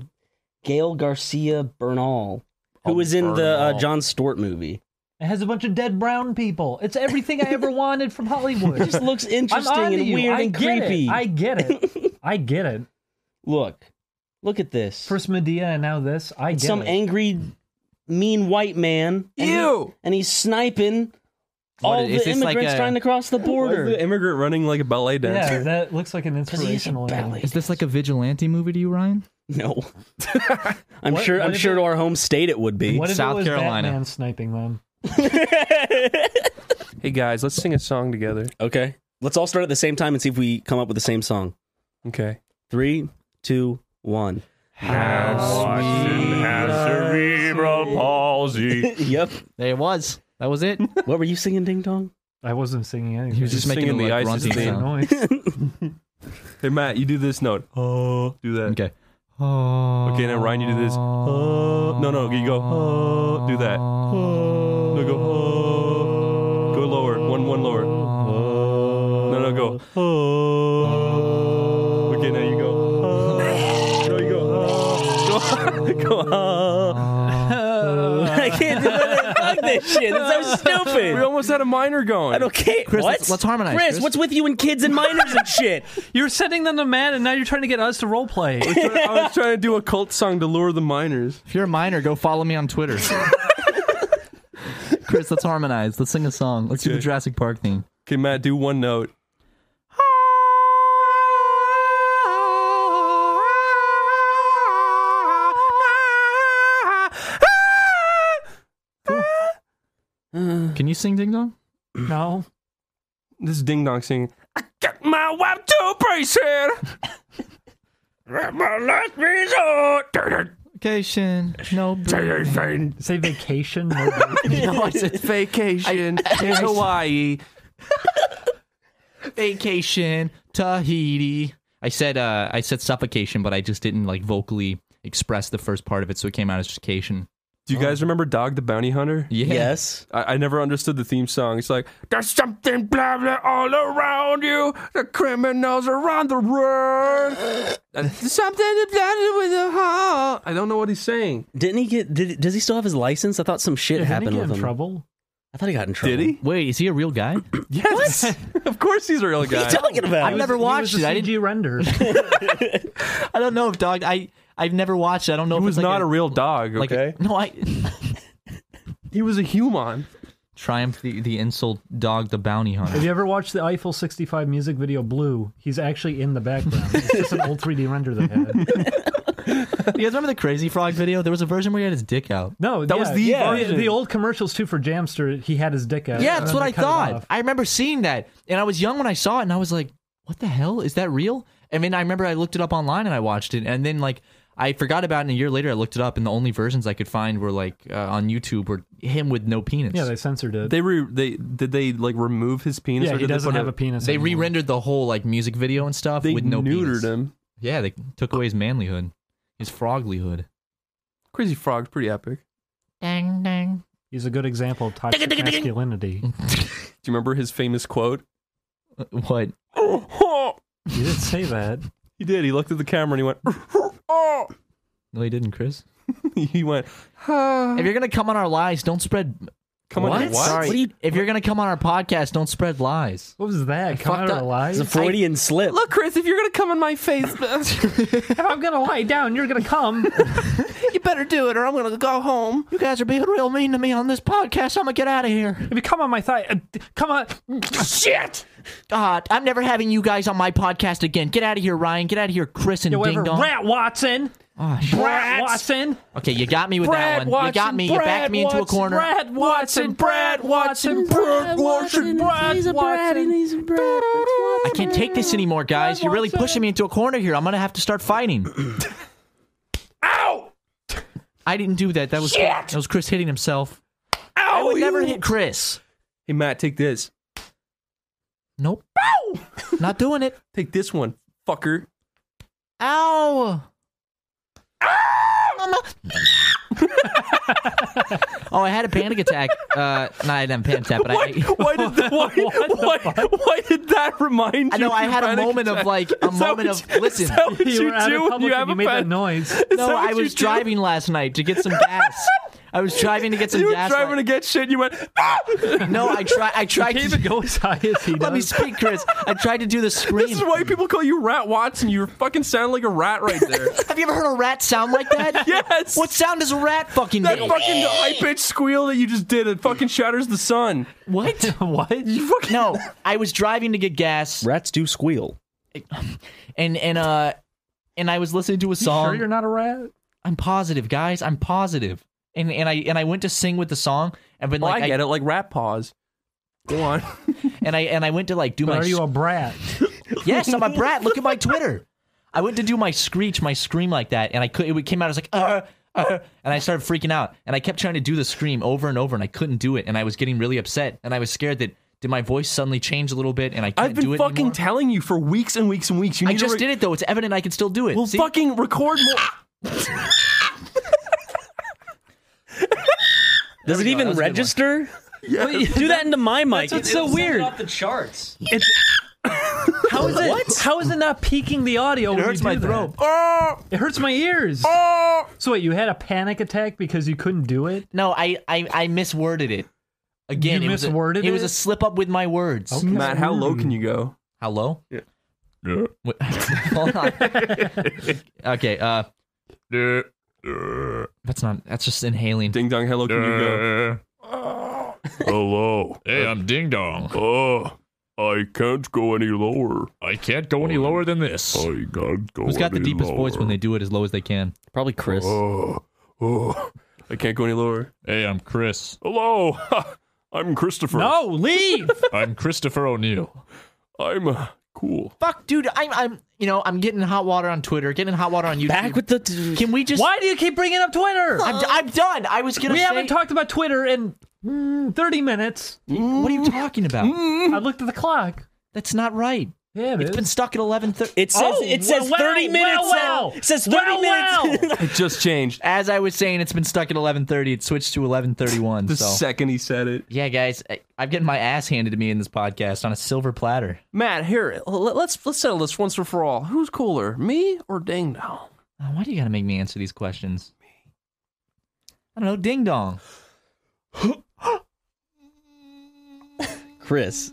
Speaker 1: Gail Garcia Bernal, who
Speaker 3: Oh,
Speaker 1: was in the uh,
Speaker 3: Bernal.
Speaker 1: John Stewart movie.
Speaker 6: It has a bunch of dead brown people. It's everything
Speaker 1: (laughs)
Speaker 6: I ever wanted from Hollywood.
Speaker 1: It just looks
Speaker 6: (laughs) I'm
Speaker 1: interesting
Speaker 6: on to
Speaker 1: and
Speaker 6: you.
Speaker 1: weird
Speaker 6: I
Speaker 1: and
Speaker 6: get
Speaker 1: creepy.
Speaker 6: It. I get it.
Speaker 1: (laughs)
Speaker 6: I get it.
Speaker 1: Look, look at this.
Speaker 6: First Medea and now this. I get
Speaker 1: Some
Speaker 6: it.
Speaker 1: angry, mean white man. and he-
Speaker 3: Ew.
Speaker 1: and he's sniping
Speaker 2: What,
Speaker 1: all
Speaker 2: is
Speaker 1: the
Speaker 2: this like
Speaker 1: immigrants
Speaker 2: a-
Speaker 1: trying to cross the
Speaker 3: Why is
Speaker 1: border.
Speaker 3: the immigrant running like a ballet
Speaker 6: yeah,
Speaker 3: dancer?
Speaker 6: that looks like an
Speaker 1: 'Cause he's a
Speaker 6: inspirational.
Speaker 1: ballet.
Speaker 2: Is this like a vigilante movie to you, Ryan?
Speaker 1: No, I'm
Speaker 6: What-
Speaker 1: sure.
Speaker 6: what
Speaker 1: I'm
Speaker 6: if
Speaker 1: sure
Speaker 6: it-
Speaker 1: to our home state it would be.
Speaker 6: What if
Speaker 2: South
Speaker 6: it was
Speaker 2: Carolina.
Speaker 6: Batman sniping them?
Speaker 1: (laughs)
Speaker 3: Hey guys, let's sing a song together.
Speaker 1: okay, let's all start at the same time and see if we come up with the same song.
Speaker 3: Okay.
Speaker 1: Three, two, one.
Speaker 3: Watson has cerebral palsy.
Speaker 1: yep.
Speaker 2: There it was. That was it.
Speaker 1: What were you singing, Ding Dong?
Speaker 6: I wasn't singing anything.
Speaker 2: He was just
Speaker 3: Just
Speaker 2: making
Speaker 3: singing
Speaker 2: the
Speaker 3: the
Speaker 2: like,
Speaker 3: ISIS
Speaker 2: grunting
Speaker 3: theme.
Speaker 2: sound.
Speaker 6: noise.
Speaker 3: (laughs)
Speaker 1: (laughs)
Speaker 3: Hey Matt, you do this note. Oh, do that.
Speaker 2: Okay. Okay,
Speaker 3: Okay, now Ryan, you do this. Uh, no, no, you go. Uh, do that. Uh, no, go. Uh, go lower. One, one lower. Uh, no, no, go. Uh, okay, now you go. Uh, no, you go. Uh, (laughs) go. go. Uh.
Speaker 1: (laughs) I can't do that. Fuck this shit. It's so stupid.
Speaker 3: We almost had a minor going.
Speaker 1: I don't care.
Speaker 2: Chris,
Speaker 1: what?
Speaker 2: let's- let's harmonize,
Speaker 1: Chris,
Speaker 2: Chris.
Speaker 1: what's with you and kids and minors and shit?
Speaker 6: You're sending them to Matt, and now you're trying to get us to role
Speaker 1: (laughs)
Speaker 6: play.
Speaker 3: I was trying to do a cult song to lure the miners.
Speaker 2: If you're a minor, go follow me on (laughs) Twitter. Chris, let's harmonize. Let's sing a song. Let's do the
Speaker 3: Okay.
Speaker 2: Jurassic Park theme.
Speaker 3: Okay, Matt, do one note.
Speaker 2: Can you sing Ding Dong?
Speaker 6: no,
Speaker 3: This is Ding Dong singing. I got my wife to bracelet. At my last resort.
Speaker 2: Vacation, no
Speaker 3: (laughs)
Speaker 2: break.
Speaker 6: say vacation. No, break.
Speaker 2: No, I said
Speaker 3: Vacation in Hawaii.
Speaker 2: (laughs) vacation, Tahiti. I said uh, I said suffocation, but I just didn't like vocally express the first part of it, so it came out as vacation.
Speaker 3: Do you guys remember Dog the Bounty Hunter?
Speaker 2: Yeah.
Speaker 1: yes.
Speaker 3: I, I never understood the theme song. It's like, there's something blah blah all around you. The criminals around the world. And something blah blah with the heart. I don't know what he's saying.
Speaker 1: Didn't he get? Did, does he still have his license? I thought some shit
Speaker 6: Didn't he
Speaker 1: happened
Speaker 6: get
Speaker 1: with
Speaker 6: in
Speaker 1: him.
Speaker 6: trouble?
Speaker 1: I thought he got in trouble.
Speaker 3: Did he?
Speaker 2: Wait, is he a real guy?
Speaker 3: Yes. (laughs) of course he's a real
Speaker 1: What are
Speaker 3: guy.
Speaker 1: you talking about?
Speaker 2: I've never watched
Speaker 6: He was
Speaker 2: it.
Speaker 6: a
Speaker 2: I didn't. (laughs)
Speaker 6: CG render.
Speaker 2: (coughs) I don't know if dog. I I've never watched. it. I don't know.
Speaker 3: He
Speaker 2: if
Speaker 3: was
Speaker 2: it's like
Speaker 3: not a, real dog,
Speaker 2: like
Speaker 3: okay?
Speaker 2: A, no, I
Speaker 3: he was a human.
Speaker 2: triumph the the insult dog the bounty
Speaker 6: Have
Speaker 2: hunter.
Speaker 6: you ever watched the Eiffel 65
Speaker 2: (laughs)
Speaker 6: music video Blue? He's actually in the background. It's just an old 3D render they had.
Speaker 2: You guys remember the Crazy Frog video? There was a version where he had his dick out.
Speaker 6: No,
Speaker 3: That
Speaker 6: yeah,
Speaker 3: was the
Speaker 6: yeah,
Speaker 3: version.
Speaker 6: the old commercials too for Jamster. He had his dick out.
Speaker 2: Yeah,
Speaker 6: and
Speaker 2: that's
Speaker 6: then
Speaker 2: what
Speaker 6: they
Speaker 2: I
Speaker 6: cut it
Speaker 2: thought.
Speaker 6: off.
Speaker 2: I remember seeing that, and I was young when I saw it, and I was like, "What the hell is that real?" I mean, I remember I looked it up online and I watched it, and then like I forgot about it. And a year later, I looked it up, and the only versions I could find were like uh, on YouTube were him with no penis.
Speaker 6: Yeah, they censored it.
Speaker 3: They re they did they like remove his penis?
Speaker 6: yeah,
Speaker 3: or
Speaker 6: he
Speaker 3: did
Speaker 6: doesn't
Speaker 3: they put
Speaker 6: have a penis.
Speaker 2: They
Speaker 6: anymore.
Speaker 2: re-rendered the whole like music video and stuff
Speaker 3: They
Speaker 2: with no
Speaker 3: neutered
Speaker 2: penis.
Speaker 3: him.
Speaker 2: Yeah, they took away his manlyhood, his froglyhood.
Speaker 3: Crazy Frog's pretty epic.
Speaker 2: Dang dang.
Speaker 6: He's a good example of toxic masculinity.
Speaker 3: Do you remember his famous quote?
Speaker 2: (laughs)
Speaker 3: (laughs)
Speaker 2: What?
Speaker 6: you didn't say that.
Speaker 3: He did. He looked at the camera and he went. (laughs) "Oh."
Speaker 2: No, he didn't, Chris.
Speaker 3: he went.
Speaker 2: If you're gonna come on our lies, don't spread.
Speaker 3: Come on,
Speaker 7: What?
Speaker 3: what?
Speaker 2: Sorry.
Speaker 7: What are you-
Speaker 2: if you're gonna come on our podcast, don't spread lies.
Speaker 6: What was that? Come
Speaker 2: fucked
Speaker 6: out
Speaker 2: up.
Speaker 6: of lie?
Speaker 1: It's a Freudian slip.
Speaker 3: Look, Chris, if you're gonna come in my face, (laughs)
Speaker 6: If (laughs) I'm gonna lie down, you're gonna come.
Speaker 3: you better do it, or I'm gonna go home.
Speaker 2: You guys are being real mean to me on this podcast. I'm gonna get out of here.
Speaker 6: if you come on my thigh, uh, d- come on.
Speaker 3: Shit!
Speaker 2: God, I'm never having you guys on my podcast again. Get out of here, Ryan. Get out of here, Chris and
Speaker 6: You
Speaker 2: Ding
Speaker 6: ever
Speaker 2: Dong.
Speaker 6: rat Watson?
Speaker 2: Ah, shit.
Speaker 6: Rat Watson.
Speaker 2: okay, you got me with that one. you got me. you backed me into a corner.
Speaker 6: Brad Watson, Brad Watson, Brad Watson, Brad Watson.
Speaker 2: I can't take this anymore, guys. You're really pushing me into a corner here. I'm gonna have to start
Speaker 3: (clears throat)
Speaker 2: fighting. Ow! I didn't do that. That was that was Chris hitting himself. I would never hit Chris.
Speaker 3: Hey, Matt, take this.
Speaker 2: Nope. Not doing it.
Speaker 3: Take this one, fucker.
Speaker 2: Ow!
Speaker 3: Ah!
Speaker 2: (laughs) oh, I had a panic attack. Uh, no, I didn't have a panic attack, but (laughs)
Speaker 3: Why,
Speaker 2: I.
Speaker 3: why did that, why, why, why did that remind you?
Speaker 2: I know I
Speaker 3: of
Speaker 2: had a
Speaker 3: panic
Speaker 2: moment
Speaker 3: attack?
Speaker 2: of like a
Speaker 3: Is that
Speaker 2: moment
Speaker 3: what
Speaker 2: of
Speaker 3: you- is
Speaker 2: listen.
Speaker 3: that what
Speaker 6: You
Speaker 3: you
Speaker 6: were out
Speaker 3: do
Speaker 6: of
Speaker 3: when
Speaker 6: public
Speaker 3: you have
Speaker 6: and
Speaker 3: a
Speaker 6: you made that
Speaker 3: panic-
Speaker 6: noise.
Speaker 3: Is
Speaker 2: No,
Speaker 3: that what
Speaker 2: I
Speaker 3: (laughs) you
Speaker 2: was
Speaker 3: do?
Speaker 2: driving last night to get some gas. I was driving to get some
Speaker 3: You were
Speaker 2: gas.
Speaker 3: driving to
Speaker 2: like-
Speaker 3: get shit. You went.
Speaker 2: (laughs)
Speaker 3: "Ah!"
Speaker 2: no, I tried. I tried
Speaker 6: Can't even
Speaker 2: to.
Speaker 6: go as high as he
Speaker 2: Let me
Speaker 6: does.
Speaker 2: speak, Chris. I tried to do the scream.
Speaker 3: (laughs) This is why people call you Rat Watson. You fucking sound like a rat
Speaker 2: (laughs)
Speaker 3: right there.
Speaker 2: have you ever heard a rat sound like (laughs) that?
Speaker 3: yes.
Speaker 2: What sound does a rat fucking
Speaker 3: that
Speaker 2: make?
Speaker 3: fucking high pitched squeal that you just did? It fucking shatters the sun.
Speaker 2: what?
Speaker 6: (laughs) What?
Speaker 2: No, I was driving to get gas,
Speaker 1: Rats do squeal.
Speaker 2: and and uh, and I was listening to a song.
Speaker 6: Sure, you're not a rat.
Speaker 2: I'm positive, guys. I'm positive. And and I and I went to sing with the song, and been
Speaker 3: Well,
Speaker 2: like,
Speaker 3: Oh, I get it. Like rat paws. Go
Speaker 2: (laughs)
Speaker 3: on.
Speaker 2: and I and I went to like do
Speaker 6: But
Speaker 2: my
Speaker 6: are you a
Speaker 2: sc-
Speaker 6: brat?
Speaker 2: yes, I'm a brat. Look at
Speaker 3: (laughs)
Speaker 2: my Twitter. I went to do my screech, my scream like that, and I could. It came out. I was like, uh, uh, and I started freaking out, and I kept trying to do the scream over and over, and I couldn't do it, and I was getting really upset, and I was scared that did my voice suddenly change a little bit, and I can't
Speaker 3: I've
Speaker 2: do
Speaker 3: been
Speaker 2: it
Speaker 3: fucking
Speaker 2: anymore?
Speaker 3: telling you for weeks and weeks and weeks. You
Speaker 2: I
Speaker 3: need
Speaker 2: just
Speaker 3: to
Speaker 2: did it though. It's evident I can still do it.
Speaker 3: Well,
Speaker 2: See?
Speaker 3: fucking record more.
Speaker 1: Does it even register?
Speaker 7: Do that into my mic.
Speaker 4: what's so weird.
Speaker 7: Off the charts.
Speaker 4: How is it? How is it not peaking the audio?
Speaker 2: it hurts my throat.
Speaker 6: It hurts my ears. So wait, you had a panic attack because you couldn't do it?
Speaker 2: No, I, I I misworded it. Again,
Speaker 6: You
Speaker 2: it was a-
Speaker 6: misworded
Speaker 2: It was
Speaker 6: it?
Speaker 2: a slip up with my words.
Speaker 3: Matt, how low can you go?
Speaker 2: How low? Yeah. Wait, (laughs) hold on. okay. Uh. That's not. That's just inhaling.
Speaker 3: Ding dong, how low can you go?
Speaker 8: uh, Hello. Hey, I'm Ding Dong. Oh, I can't go any lower. I can't go any lower than this. I can't go
Speaker 2: Who's got the deepest voice when they do it as low as they can?
Speaker 1: Probably Chris.
Speaker 8: Oh, oh.
Speaker 3: I can't go any lower.
Speaker 8: Hey, I'm Chris. Hello. (laughs) I'm Christopher.
Speaker 6: No, leave.
Speaker 8: I'm Christopher O'Neill.
Speaker 3: I'm uh, cool.
Speaker 2: Fuck, dude. I'm. I'm. You know, I'm getting hot water on Twitter. Getting hot water on YouTube.
Speaker 1: Back with the.
Speaker 2: Can we just?
Speaker 6: (laughs) Why do you keep bringing up Twitter?
Speaker 2: I'm, I'm done. I was gonna.
Speaker 6: we
Speaker 2: say,
Speaker 6: haven't talked about Twitter in mm, 30 minutes.
Speaker 2: What are you talking about?
Speaker 6: I looked at the clock.
Speaker 2: That's not right.
Speaker 6: Yeah, it
Speaker 2: It's
Speaker 6: Mm. is.
Speaker 2: been stuck at eleven thirty.
Speaker 1: It says
Speaker 6: Oh,
Speaker 1: it says
Speaker 6: wow,
Speaker 1: thirty
Speaker 6: wow,
Speaker 1: minutes.
Speaker 6: wow.
Speaker 1: now. It says thirty
Speaker 6: Wow,
Speaker 1: minutes. (laughs)
Speaker 6: wow.
Speaker 3: It just changed.
Speaker 2: As I was saying, it's been stuck at eleven thirty. It switched to eleven thirty-one.
Speaker 3: The
Speaker 2: so.
Speaker 3: second he said it.
Speaker 2: Yeah, guys, I, I'm getting my ass handed to me in this podcast on a silver platter.
Speaker 3: Matt, here, l- let's let's settle this once and for all. Who's cooler, me or Ding Dong?
Speaker 2: Oh, why do you gotta make me answer these questions? I don't know. Ding dong,
Speaker 1: Chris,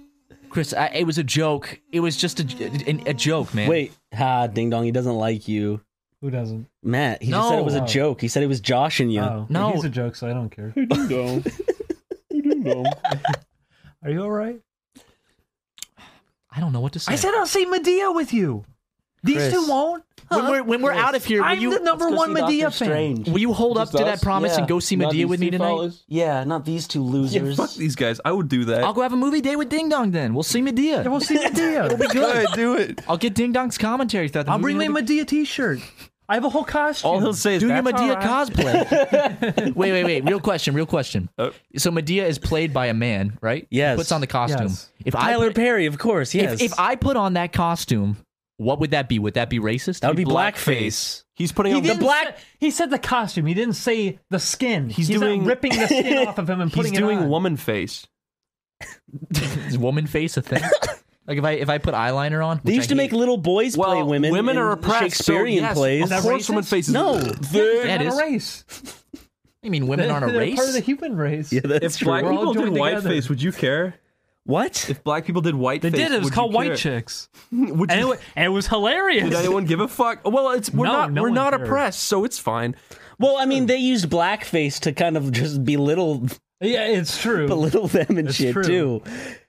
Speaker 2: Chris. I, it was a joke. It was just a, a, a joke, man.
Speaker 1: wait, ha, ding dong. He doesn't like you,
Speaker 6: Who doesn't?
Speaker 1: Matt. He just said it was a
Speaker 6: No.
Speaker 1: joke. He said he was joshing you.
Speaker 6: Oh,
Speaker 2: No.
Speaker 6: He's a joke, so I don't care.
Speaker 8: Ding Dong. Ding Dong.
Speaker 6: (laughs) Are you all right?
Speaker 2: I don't know what to say.
Speaker 6: I'll see Medea with you.
Speaker 9: These two won't. Huh?
Speaker 2: When we're- when we're out of here, will
Speaker 9: I'm
Speaker 2: you-
Speaker 9: the number
Speaker 10: Let's go
Speaker 9: one
Speaker 10: see
Speaker 9: Medea
Speaker 10: Doctor
Speaker 9: fan.
Speaker 10: Strange.
Speaker 2: Will you hold up
Speaker 10: Just
Speaker 2: to that
Speaker 10: us?
Speaker 2: promise
Speaker 10: Yeah.
Speaker 2: and go see
Speaker 10: Not
Speaker 2: Medea
Speaker 10: these
Speaker 2: with me
Speaker 10: two
Speaker 2: tonight?
Speaker 10: fellas. Yeah, not these two
Speaker 3: Yeah,
Speaker 10: losers.
Speaker 3: fuck these guys. I would do that.
Speaker 2: I'll go have a movie day with Ding Dong then. We'll see Medea.
Speaker 9: Yeah, we'll see Medea.
Speaker 3: be good. do it.
Speaker 2: I'll get Ding Dong's commentary throughout the
Speaker 9: I'll
Speaker 2: movie.
Speaker 9: bring my Medea T-shirt. I have a whole costume.
Speaker 3: All he'll say is
Speaker 2: Do your
Speaker 3: "That's
Speaker 2: Medea
Speaker 3: all right."
Speaker 2: cosplay. (laughs) wait, wait, wait. Real question, real question.
Speaker 10: Uh,
Speaker 2: So Medea is played by a man, right? He
Speaker 1: Yes.
Speaker 2: puts on the costume.
Speaker 6: Yes.
Speaker 2: If
Speaker 1: Tyler
Speaker 2: I put-
Speaker 1: Perry, of course. Yes.
Speaker 2: if, if I put on that costume, what would that be? Would that be racist?
Speaker 1: that would be
Speaker 2: It'd
Speaker 1: blackface.
Speaker 3: He's putting
Speaker 6: He
Speaker 3: on the
Speaker 6: didn't
Speaker 3: black.
Speaker 6: say- he said the costume. He didn't say the skin.
Speaker 3: He's
Speaker 6: He's, not
Speaker 3: doing-
Speaker 6: ripping the skin off of him and
Speaker 3: He's
Speaker 6: putting
Speaker 3: doing
Speaker 6: it on.
Speaker 3: woman face.
Speaker 2: black- Is woman face a thing? like if I if I put eyeliner on,
Speaker 1: They
Speaker 2: which
Speaker 1: used
Speaker 2: I
Speaker 1: to make
Speaker 2: hate-
Speaker 1: little boys play women. in
Speaker 3: are oppressed.
Speaker 1: Shakespearean
Speaker 3: so yes,
Speaker 1: plays.
Speaker 3: Of course, woman faces.
Speaker 1: No.
Speaker 6: They're
Speaker 2: Yeah, it
Speaker 6: not
Speaker 2: is.
Speaker 6: a race.
Speaker 2: You mean women aren't a
Speaker 6: (laughs) They're part of
Speaker 2: race?
Speaker 6: the human race.
Speaker 1: Yeah, that's
Speaker 3: If
Speaker 1: true.
Speaker 3: black
Speaker 6: We're all
Speaker 3: people did
Speaker 6: joined
Speaker 3: white
Speaker 6: together.
Speaker 3: face, would you care?
Speaker 1: what?
Speaker 3: If black people did white
Speaker 9: They
Speaker 3: face,
Speaker 9: did it. It was
Speaker 3: would you
Speaker 9: called White
Speaker 3: care?
Speaker 9: Chicks,
Speaker 3: Would
Speaker 9: and
Speaker 3: you-
Speaker 9: it,
Speaker 3: (laughs)
Speaker 9: wa- and it was hilarious.
Speaker 3: Did anyone give a fuck? Well, it's we're
Speaker 6: No,
Speaker 3: not
Speaker 6: no
Speaker 3: we're
Speaker 6: one
Speaker 3: not
Speaker 6: cared.
Speaker 3: oppressed, so it's fine.
Speaker 1: Well, I mean, they used blackface to kind of just belittle (laughs)
Speaker 6: Yeah, it's true.
Speaker 1: belittle them and
Speaker 6: It's
Speaker 1: shit
Speaker 6: true.
Speaker 1: too.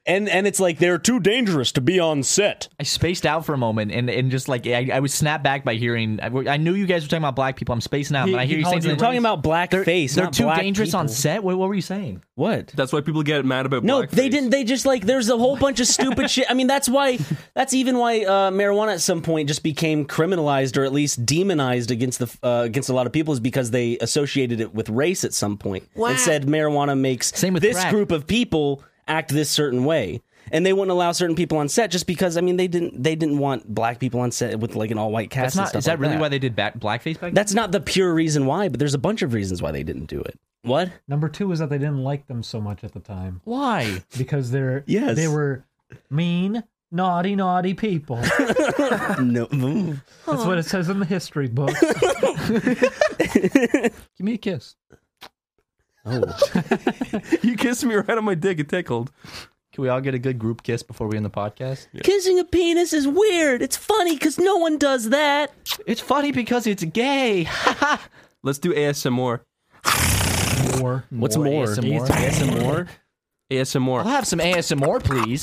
Speaker 1: And and it's like they're too dangerous to be on set.
Speaker 2: I spaced out for a moment and, and just like I, I was snapped back by hearing. I, I knew you guys were talking about black people. I'm spacing out,
Speaker 6: He-
Speaker 2: but I
Speaker 6: he
Speaker 2: hear you saying
Speaker 6: called you
Speaker 1: We're
Speaker 2: something.
Speaker 1: talking about blackface.
Speaker 2: They're
Speaker 1: not
Speaker 2: too
Speaker 1: black
Speaker 2: dangerous on
Speaker 1: people.
Speaker 2: set. What, what were you saying?
Speaker 1: What?
Speaker 3: That's why people get mad about.
Speaker 1: No,
Speaker 3: blackface.
Speaker 1: they didn't. They just like there's a whole bunch of stupid shit. I mean, that's why. That's even why uh, marijuana at some point just became criminalized or at least demonized against the uh, against a lot of people is because they associated it with race at some point and said marijuana makes
Speaker 2: Same with
Speaker 1: this
Speaker 2: crack.
Speaker 1: group of people act this certain way. And they wouldn't allow certain people on set just because I mean they didn't they didn't want black people on set with like an all white cast.
Speaker 2: That's
Speaker 1: and
Speaker 2: not.
Speaker 1: stuff
Speaker 2: Is that
Speaker 1: like
Speaker 2: really why they did back, blackface back? then?
Speaker 1: That's not the pure reason why, but there's a bunch of reasons why they didn't do it. What?
Speaker 6: Number two is that they didn't like them so much at the time
Speaker 2: Why?
Speaker 6: because they're
Speaker 1: Yes.
Speaker 6: they were mean, naughty, naughty people.
Speaker 1: (laughs) no. Ooh.
Speaker 6: That's what it says in the
Speaker 1: (laughs)
Speaker 6: history book.
Speaker 2: Give me a kiss.
Speaker 1: Oh.
Speaker 3: (laughs) You kissed me right on my dick. It tickled.
Speaker 2: Can we all get a good group kiss before we end the podcast?
Speaker 1: Kissing a penis is weird. It's funny because no one does that.
Speaker 2: It's funny because it's gay. (laughs)
Speaker 3: Let's do ASMR.
Speaker 6: Or
Speaker 1: What's more?
Speaker 2: ASMR.
Speaker 1: ASMR?
Speaker 2: (laughs)
Speaker 3: ASMR.
Speaker 2: I'll have some ASMR, please.